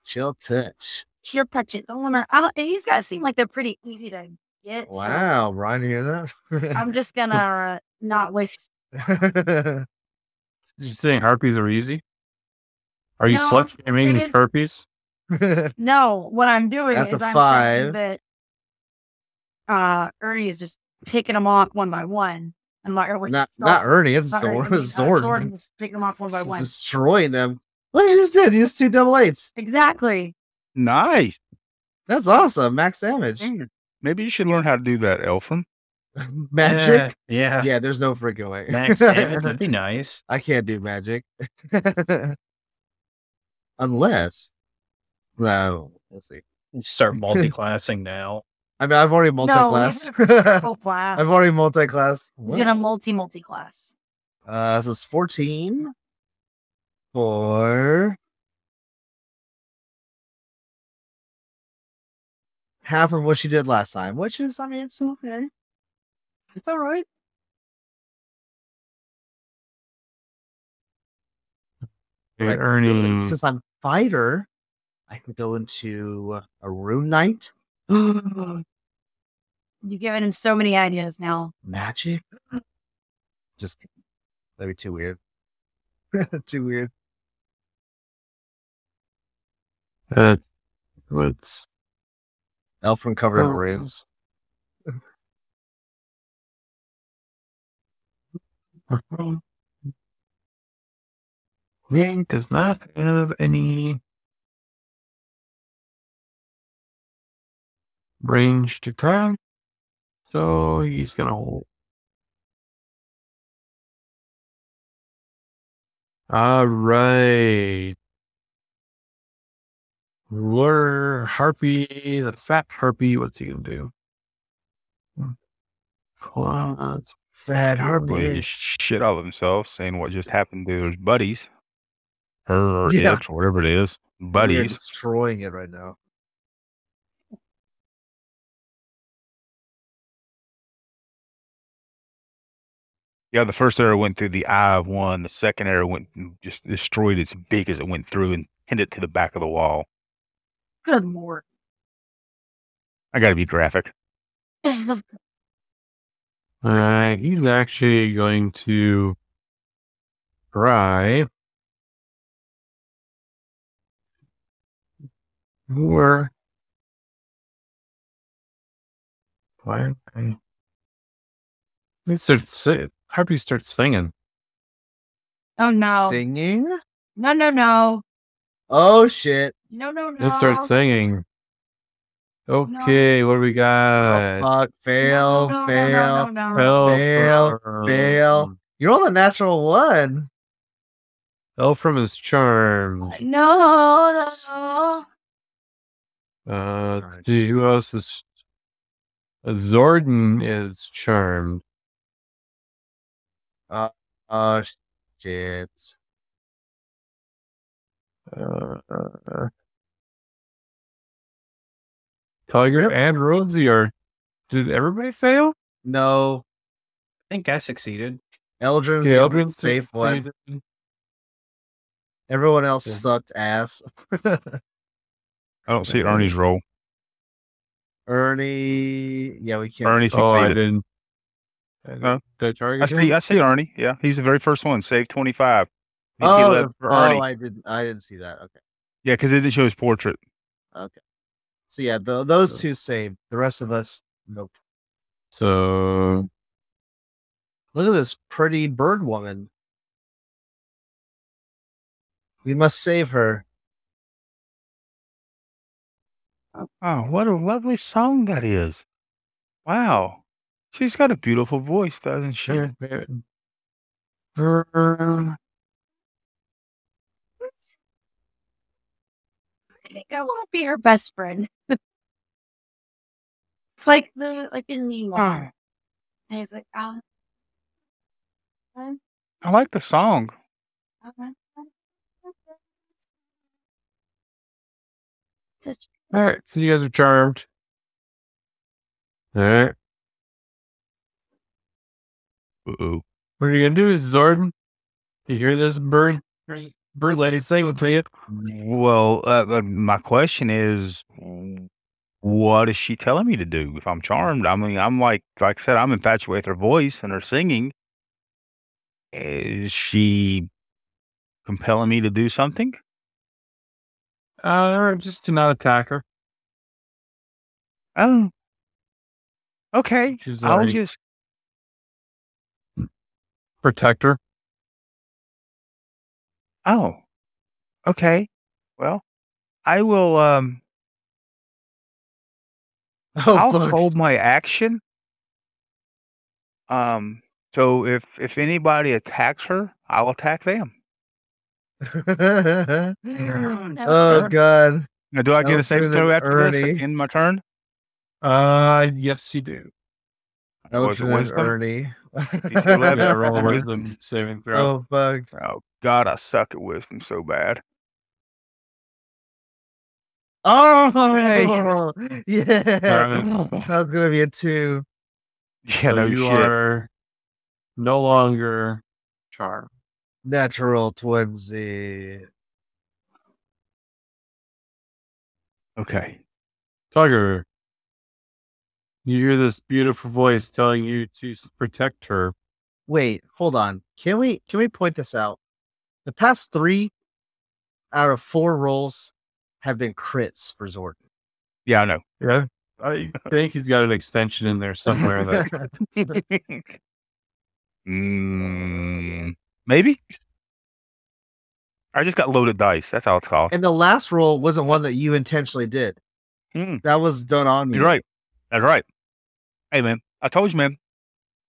Chill touch.
She'll touch it. I don't wanna. I don't, these guys seem like they're pretty easy to get. so
Wow, Brian, you hear <laughs>
I'm just gonna uh, not waste.
<laughs>
that?
Did you saying harpies are easy? Are you
No,
slut shaming
it
these
is-
herpes?
No, what I'm doing
That's
is
a
i I'm
five.
saying that uh, Ernie is just picking them off one by one. I'm not, or,
Not- not Ernie, it's
not
<laughs>
Ernie,
Zord-
I mean,
Zord.
uh, is picking them off one by one.
Destroying them. Look, you just did. You just two double eights.
Exactly.
Nice.
That's awesome. Max damage.
Maybe you should learn how to do that, Elfram.
<laughs> Magic.
Yeah.
Yeah. There's no freaking way.
Max damage,
<laughs>
that'd be nice.
I can't do magic. <laughs> Unless, no, we'll see.
You Start multi-classing now.
I mean, I've already multi-class.
Full
<laughs>
class.
I've already multi-class.
He's gonna multi multi class.
Uh, this is fourteen for half of what she did last time, which is, I mean, it's okay. It's all right.
Hey,
Like,
Ernie.
Since I'm fighter, I can go into a room night. <gasps>
You've given him so many ideas now.
magic.
Mm.
Just kidding. That'd be too weird. <laughs> too weird.
That's what's
Elf from covered in
Oh.
rooms.
Ring does not have any range to crowd, so he's gonna hold. All right. Lure Harpy, the fat Harpy. What's he gonna do? Hmm. Claws.
Fat
They just shit all of themselves, saying what just happened to his buddies. Her or
Yeah.
it or whatever it is.
We are
Buddies.
destroying it right now.
Yeah, the first arrow went through the eye of one. The second arrow went and just destroyed its beak as it went through and pinned it to the back of the wall.
Good lord. <laughs>
I gotta be graphic.
Uh, he's actually going to try. Or Why aren't I? They start si- How do you start singing?
Oh no.
Singing?
No, no, no.
Oh shit.
No, no, no.
They start singing. Okay, what do we got?
Oh, Fuck, fail,
No, no, no,
fail,
no, no,
no.
fail,
Help.
fail. You're on the natural one.
Elfram is charmed.
No, no.
Uh, let's see who else is. uh, Zordon is charmed.
Uh, uh shit.
Uh, uh, Tiger and Rosie are. Did everybody fail?
No.
I think I succeeded.
Eldrin's
Yeah,
the only
Eldrin's
safe one.
succeeded.
Everyone else
Yeah.
sucked ass. <laughs>
I don't see Ernie's roll.
Ernie, yeah, we can't.
Ernie
Oh, I
succeeded.
didn't.
No.
Did Tiger
I
do
see.
it?
I see Ernie. Yeah, he's the very first one. Save twenty five.
Oh,
led for
oh,
Ernie.
I didn't. I didn't see that. Okay,
Yeah, because it didn't show his portrait.
okay. So yeah, tho- those two saved. The rest of us, nope.
So
Look at this pretty bird woman. We must save her. <laughs>
Oh, what a lovely song that is! Wow, she's got a beautiful voice, doesn't she?
Err,
I think I want to be her best friend. it's like the like in Nemo.
Ah.
And he's like, um, um,
I like the song.
um, um,
All right, so you guys are charmed. All right,
Ooh,
what are you gonna do, Zordon? You hear this bird, bird lady sing with you?
Well, uh, uh, my question is, what is she telling me to do? If I'm charmed, I mean, I'm like, like I said, I'm infatuated with her voice and her singing. Is she compelling me to do something?
Uh, or just to not attack her.
Oh, okay.
She's
I'll
already-
just
Protect her.
Oh, okay. Well, I will. Um,
Oh,
I'll
fuck.
<laughs>
<laughs>
hold my action. Um. So if if anybody attacks her, I'll attack them.
oh god.
Now, do I get a
Elton
save
and
throw after this?
Ernie.
In my turn.
Uh, yes, you
<laughs>
do.
Was it
Elton and
wisdom?
Ernie.
Yeah,
<laughs>
roll a
Wisdom.
wisdom saving throw.
oh fuck.
Oh God, I suck at wisdom so
<laughs>
bad.
Oh <laughs>
Alright.
yeah. That was gonna be a two.
Yeah,
so
no
you
shit.
are no longer charmed.
Natural twinsy.
Okay.
Tiger, you hear this beautiful voice telling you to s- protect her.
Wait, hold on. Can we can we point this out? The past three out of four rolls have been crits for Zordon.
Yeah, I know.
Yeah. <laughs>
<laughs>
I think he's got an extension in there somewhere. That
<laughs> Mm, maybe. I just got loaded dice. That's how it's called.
<laughs> and the last roll wasn't one that you intentionally did.
Hmm.
That was done on you.
You're right. That's right. Hey, man, I told you, man.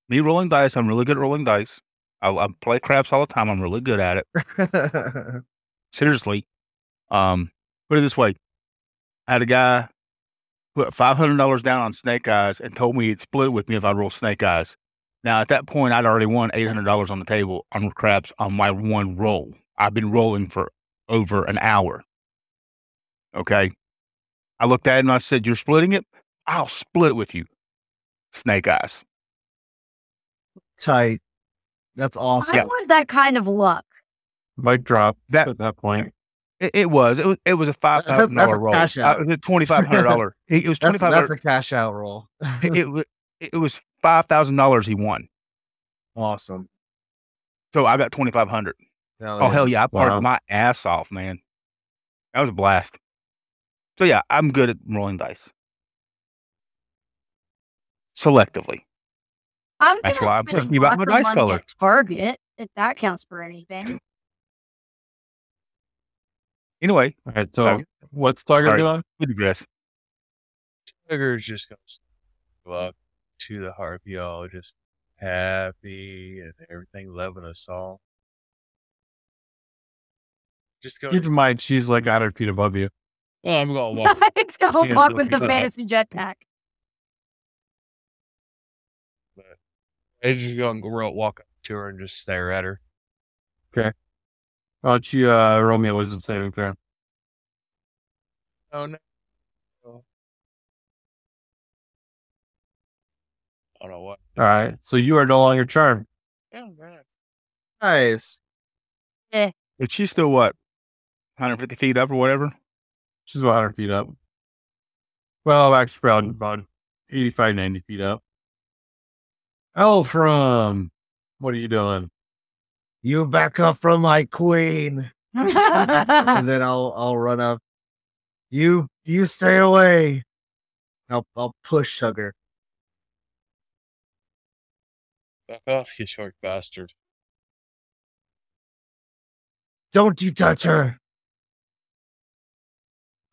Me rolling dice, I'm really good at rolling dice. I, I play craps all the time. I'm really good at it. Seriously. Um, put it this way: I had a guy put five hundred dollars down on Snake Eyes and told me he'd split with me if I rolled Snake Eyes. Now, at that point, I'd already won eight hundred dollars on the table on craps on my one roll. I've been rolling for over an hour. Okay. I looked at him and I said, You're splitting it? I'll split it with you. Snake eyes.
<laughs> Tight. That's awesome.
I want that kind of luck.
might drop
That-
at that point.
It, it was. It was it was a five
uh <laughs> That's-
thousand
that's
dollar
a
roll.
cash
Uh,
out.
it was twenty five hundred
<laughs>
dollar. It it was twenty
That's,
five
that's
hundred
a cash out roll.
it, it, wa- it was five thousand dollars he won.
Awesome.
So I got twenty five hundred. Oh hell yeah, I parked
Wow.
my ass off, man. That was a blast. So yeah, I'm good at rolling dice. selectively.
I'm
That's
gonna
why I'm
spend
thinking about
lots
my
of
dice
money
color.
at Target, if that counts for anything.
Anyway,
all right. So what's Tiger doing?
We digress.
Tiger's just gonna go up to the harpy, all just happy and everything, loving us all. Just go.
Keep in mind, she's like 100 feet above you.
Well, I'm
<laughs>
gonna walk.
It's gonna
Yeah,
walk
so
with the
people-
fantasy jetpack.
I'm just gonna go ro- walk up to her and just stare at her.
Okay. Why don't you uh, roll me a wisdom saving throw?
Oh no. I don't know what.
All right. So you are no longer charmed.
Nice.
Eh.
But she's still what, 150 feet up or whatever.
She's about 100 feet up. Well, actually, probably about 85, 90 feet up. Elfram, what are you doing?
You back up from my queen. and then I'll I'll run up. You you stay away. I'll I'll push Tugger.
Back off, you short bastard.
Don't you touch her.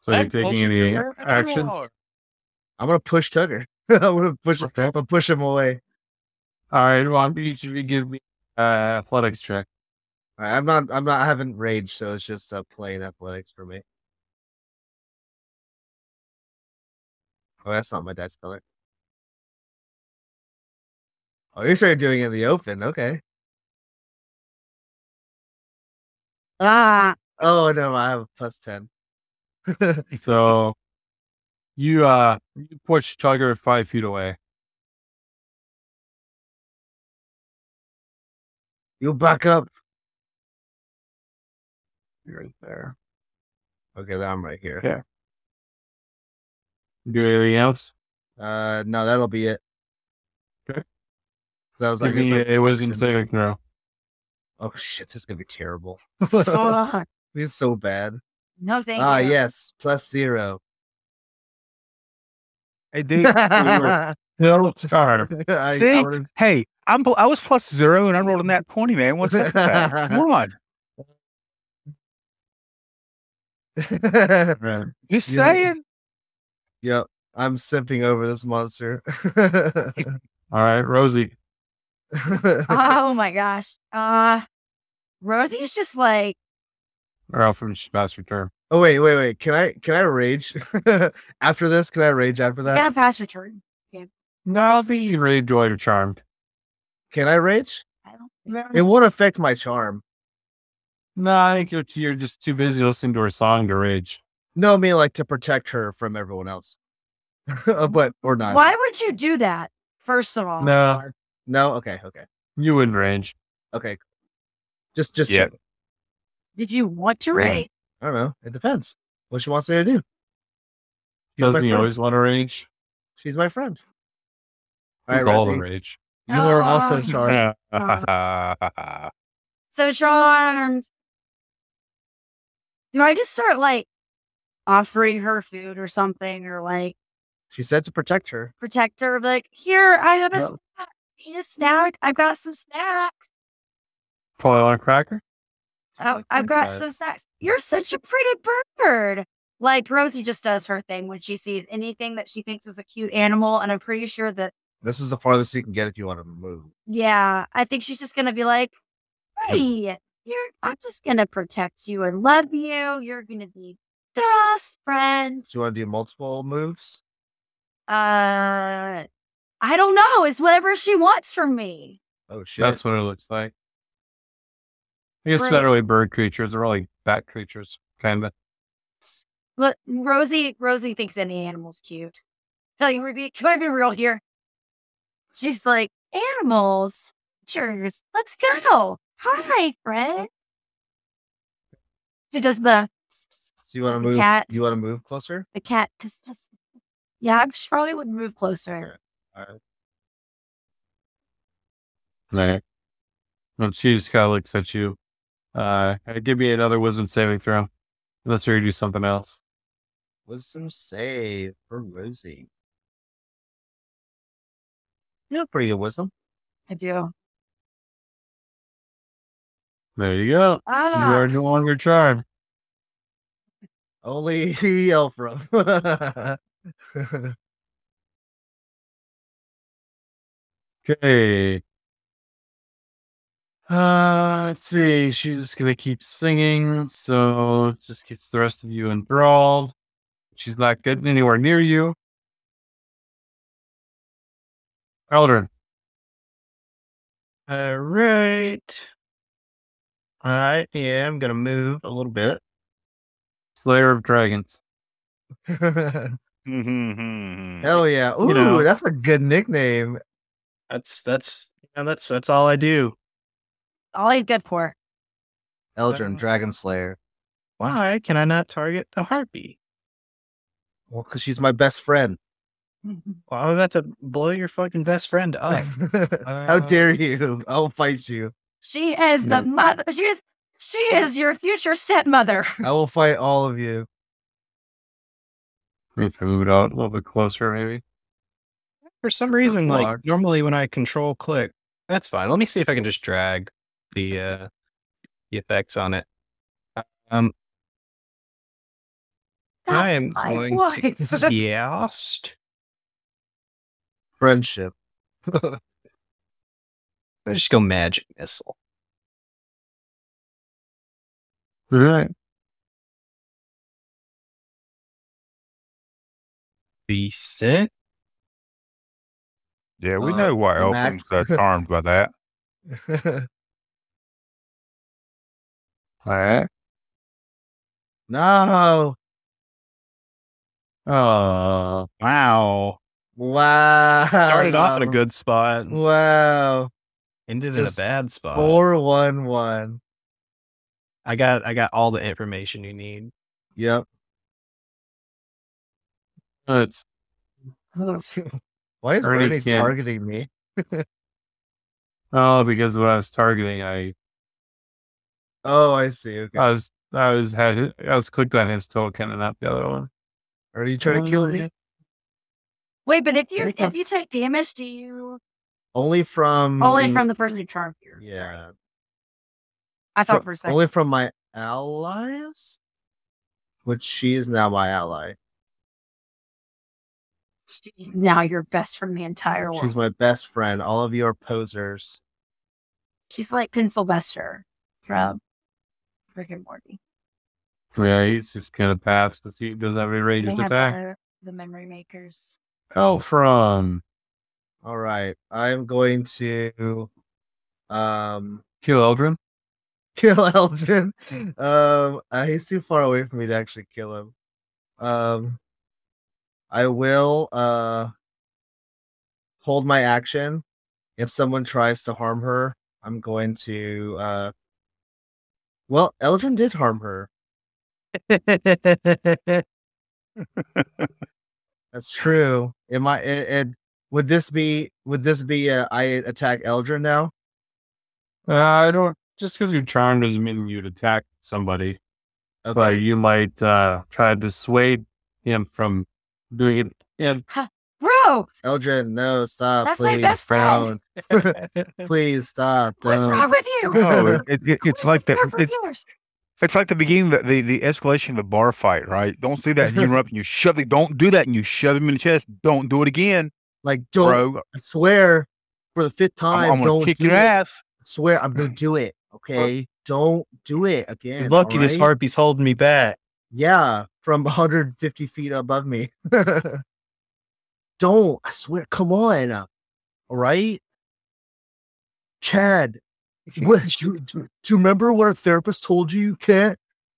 So you're taking any actions?
I'm gonna push Tugger. <laughs> I'm gonna push I'm gonna push him away.
All right. Well, I'm each of you give me uh, athletics check.
All right, I'm not I'm not I haven't raged, so it's just uh, plain athletics for me. Oh, that's not my dice color. Oh, you started doing it in the open. Okay.
<laughs> Ah.
Oh no, I have a plus ten. <laughs>
so you uh you push Tugger five feet away.
You back up.
You're right there.
Okay, then I'm right here.
Yeah. Do anything else?
Uh, no, that'll be it.
Okay.
So I was like,
give me
it's like-
a wisdom saving throw.
oh shit, this is gonna be terrible.
Oh,
<laughs>
Fuck.
it's so bad.
No, thank
ah,
you.
yes, plus zero. <laughs>
Hey,
<laughs>
dude.
I
no, sorry.
I-
See,
I-
hey, I'm pl- I was plus zero and I rolled in that twenty, man. What's that? about? Come on,
<laughs>
just
Yeah.
saying.
Yep, I'm simping over this monster. <laughs>
All right, Rosie.
oh my gosh. Uh Rosie's just like
Or Elfram, she's past her turn.
oh wait, wait, wait. Can I can I rage <laughs> after this? Can I rage after that?
gotta pass your turn. Yeah.
No, I don't think you can really enjoy your charmed.
Can I rage? It
Remember?
won't affect my charm.
No, I think you're, you're just too busy listening to her song to rage.
No, I mean like to protect her from everyone else. <laughs> but or not.
Why would you do that? First of all.
No,
No. Okay. Okay.
you wouldn't rage.
Okay. Just just
Yeah.
checking.
Did you want to
Right.
rate?
I don't know. It depends what she wants me to do. She's my
Doesn't he
friend.
always want to rage?
She's my friend. All
He's
right,
all the
Rusty.
rage.
You are also
Ah.
<laughs>
charmed.
So charmed. Do I just start like offering her food or something or like
She said to protect her.
protect her? Be Like, here, I have a
No.
snack. Need a snack? I've got some snacks.
Probably on a cracker.
Oh, I've got
that.
some snacks. You're such a pretty bird. Like Rosie just does her thing when she sees anything that she thinks is a cute animal, and I'm pretty sure that
This is the farthest you can get if you want to move.
yeah, I think she's just gonna be like, "Hey, you're. I'm just gonna protect you and love you. You're gonna be best friend."
Do you want to do multiple moves?
Uh, I don't know. It's whatever she wants from me.
Oh shit!
That's what it looks like. I guess
Right.
they're not really bird creatures. They're really bat creatures, kind of.
Look, Rosie. Rosie thinks any animal's cute. Like, we're be- can I be real here? She's like, animals. Cheers. Let's go. Hi, friend. She does the <laughs>
Do you want to move?
Cat.
You want to move closer?
the cat. <laughs> tis- tis- Yeah, she probably would move closer.
All right.
Right. And she just kind of looks at you. Uh, give me another wisdom saving throw, unless you're gonna do something else.
Wisdom save for Rosie. You have pretty good wisdom.
I do.
There you go.
Ah.
You are no longer charmed.
Only <laughs> Elfram.
Okay. Uh, let's see. She's just gonna keep singing, so it just gets the rest of you enthralled. She's not getting anywhere near you. Eldrin,
All right. All right. Yeah, I'm gonna move a little bit.
Slayer of Dragons.
Mm-hmm,
Hell yeah! Ooh,
You know.
that's a good nickname.
That's that's you know, that's that's all I do.
All he's good for. <laughs>
Eldrin, Dragon Slayer.
Why can I not target the harpy?
Well, because she's my best friend.
Well, I'm about to blow your fucking best friend
Oh.
up.
<laughs> How dare you? I'll fight you.
She is the mother. She is. She is your future stepmother. <laughs>
I will fight all of you.
If I move it out a little bit closer, maybe.
For some reason, like
blocked.
normally when I control click, that's fine. Let me see if I can just drag the uh the effects on it. Um I
That's
am
my
going
wife.
to <laughs>
<laughs>
Yost. <laughs>
Friendship.
Let's just go magic missile.
All right.
Decent.
Yeah, we
Uh,
know why
Max-
Elfram's so charmed by that. <laughs>
All right.
<laughs> no.
Oh
wow!
Wow.
Started off in a good spot,
Wow.
ended
Just
in a bad spot.
Four one one.
I got I got all the information you need.
Yep.
That's
<laughs> Why is
Oh, Ernie
Ernie
can't-
targeting me?
oh, because when I was targeting, I
Oh, I see. Okay.
I was I was had I was clicked on his token and not the other one.
Are you trying to kill me?
Wait, but if you
Very tough.
if you take damage, do you
Only from
only from the person who charmed you?
Mm-hmm. yeah.
I thought
Fro-
for a second.
Only from my allies, which she is now my ally.
She's now your best from the entire world.
She's my best friend. All of you are posers.
She's like Pencil Buster from Rick and Morty.
Yeah, he's just gonna pass because he doesn't have any
They
ranged
have
attack.
the, the memory makers.
Oh, from
All right, I'm going to um <laughs>
Kill Eldrin.
kill Eldrin. Um, uh, he's too far away from me to actually kill him. Um, I will uh hold my action. If someone tries to harm her, I'm going to uh. Well, Eldrin did harm her. That's true. Am I? And, and would this be? Would this be? Uh, I attack Eldrin now.
Uh, I don't. Just because you're charmed doesn't mean you'd attack somebody, but you might uh, try to dissuade him from doing it. And
Bro,
Eldrin, no, stop.
That's my
please,
best friend.
don't. please stop.
what's
don't.
wrong
<laughs>
with you?
No, it, it- it- Oh, it's like that.
They're from
It's,
yours.
it's like the beginning, the, the the escalation of the bar fight, right? Don't do that, and you <laughs> interrupt, and you shove it. Don't do that, and you shove him in the chest. Don't do it again,
Like, don't.
bro.
I swear, for the fifth time,
I'm gonna
don't
kick
do
your
it.
ass.
I swear, I'm gonna do it. Okay, don't do it again.
You're lucky this
alright?
harpy's holding me back.
Yeah, from 150 feet above me. <laughs> don't. I swear. Come on. All right, Chad. <laughs> What do, you- do you remember what our therapist told you? You can't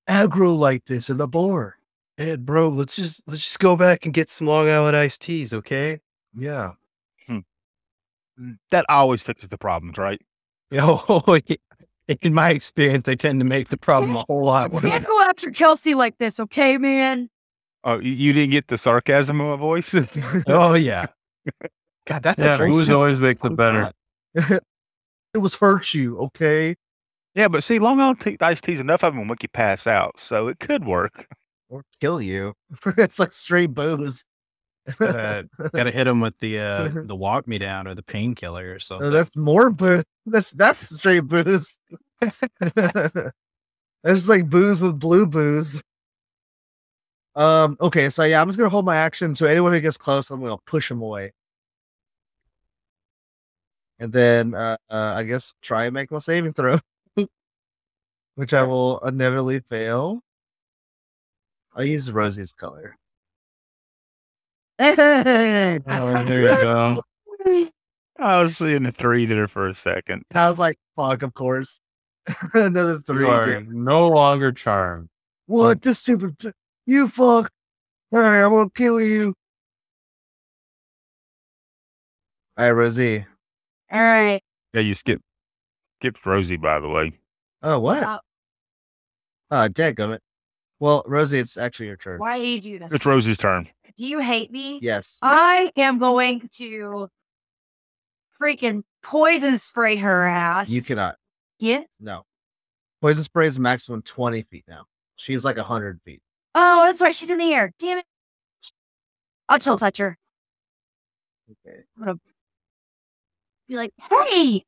aggro like this in the bar.
Ed, bro, let's just let's just go back and get some Long Island iced teas, okay?
Yeah.
That always fixes the problems, right?
<laughs> Oh, yeah. in my experience, they tend to make the problem a whole lot worse.
Can't go after Kelsey like this, okay, man? <laughs>
Oh, you, you didn't get the sarcasm in my voice. <laughs>
<laughs> oh yeah. God, that's
yeah,
a Oh,
booze always makes it better.
<laughs>
It was hurt you, okay?
Yeah, but see, Long Island te- iced teas, enough of them will make you <laughs> pass out, so it could work.
<laughs> Or kill you. it's like straight booze.
uh, <laughs> gotta hit him with the
<laughs>
uh, the walk me down or the painkiller or
No,
something.
Oh, that's more booze. That's that's straight <laughs> booze. that's like booze with blue booze. Um. Okay. So yeah, I'm just gonna hold my action. So anyone who gets close, I'm gonna push them away. And then uh, uh, I guess try and make my saving throw, <laughs> which I will inevitably fail. I use Rosie's color.
Oh, there you go. I was seeing the three there for a second.
I was like, fuck, of course. <laughs> Another three.
You are no longer charmed.
What this stupid p- you fuck? All right, I'm gonna kill you. All right, Rosie.
All right.
Yeah, you skip skipped Rosie, by the way.
Oh what?
Uh,
Oh, dadgummit. Well, Rosie, it's actually your turn.
why do you do this?
It's Rosie's turn.
Do you hate me?
Yes.
I am going to freaking poison spray her ass.
You cannot.
yeah.
No. Poison spray is maximum twenty feet now. She's like hundred feet.
Oh, that's right. She's in the air. Damn it. I'll still touch her.
Okay.
I'm gonna be like, hey,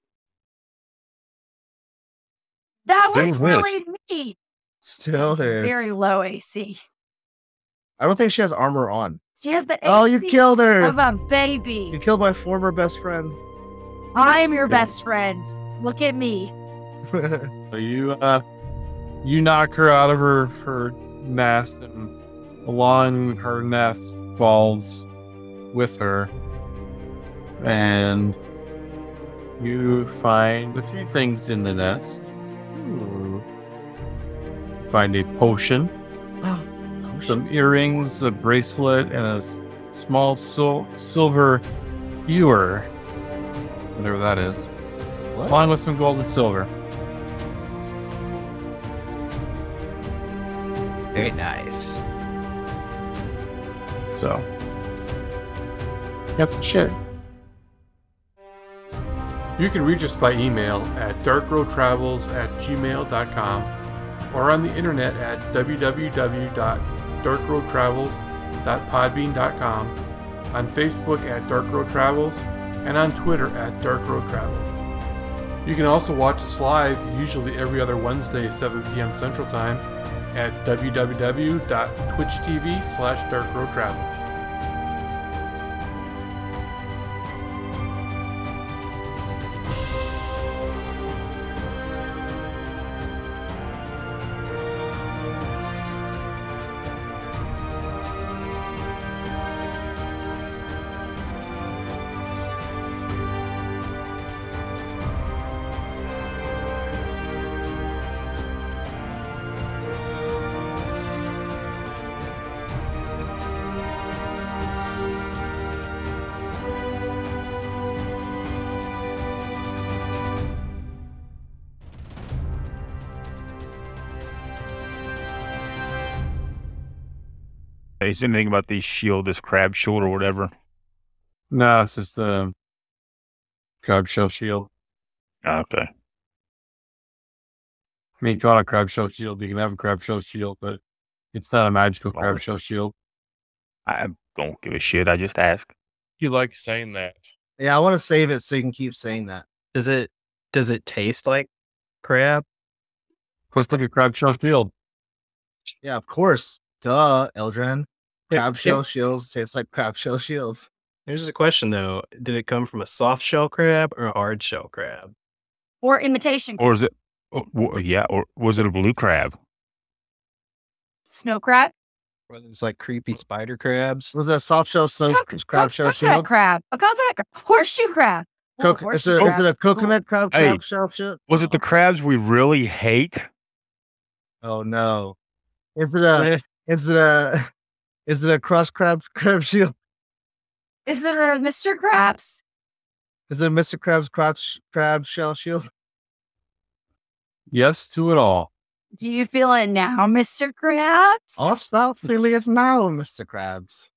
that was
Didn't miss.
really me.
Still hits.
Very low AC.
I don't think she has armor on.
She has the
Oh, you
AC
killed her.
of a baby.
You killed my former best friend.
<laughs>
I'm your best friend. Look at me.
Oh,
So you uh, you knock her out of her her nest, and along her nest falls with her, and you find a few things in the nest. Find a potion, some earrings, a bracelet, and a s- small sil- silver ewer, whatever that is,
What?
along with some gold and silver.
Very nice.
So, got some shit.
You can reach us by email at darkroadtravels at gmail.com or on the internet at www.darkroadtravels.podbean.com, on Facebook at Dark Road Travels, and on Twitter at Dark Road Travel. You can also watch us live, usually every other Wednesday, 7 p.m. Central Time, at www.twitch.tv slash darkroadtravels.
Hey, Is anything about these shield, this crab shield or whatever?
No, it's just the crab shell shield.
Okay.
I mean, if you want a crab shell shield, you can have a crab shell shield, but it's not a magical crab shell shield.
I don't give a shit. I just ask.
You like saying that.
Yeah, I want to save it so you can keep saying that.
Does it does it taste like crab?
Let's look at crab shell shield.
Yeah, of course. Duh, Eldrin.
Yeah,
Crab
yeah.
shell shields taste like crab shell shields.
Here's a question though. Did it come from a soft shell crab or a hard shell crab?
Or imitation
Or is it? Oh, w- yeah. Or was it a blue crab?
snow crab.
Or it's like creepy spider crabs?
Was that soft shell snow crab shell
Coconut
shield?
crab. A coconut crab. Horseshoe crab. Ooh,
Coco- is,
horseshoe
it, is
crab.
it a coconut crab
Hey.
crab shell shield?
Was it the crabs we really hate?
Oh no. Is it a is it a <laughs> is it a cross crab <laughs> crab shield?
Is it a Mr. Krabs?
Is it a Mr. Crab's crotch crab shell shield?
Yes to it all.
Do you feel it now, Mr. Krabs?
I'll stop feeling it now, Mr. Krabs.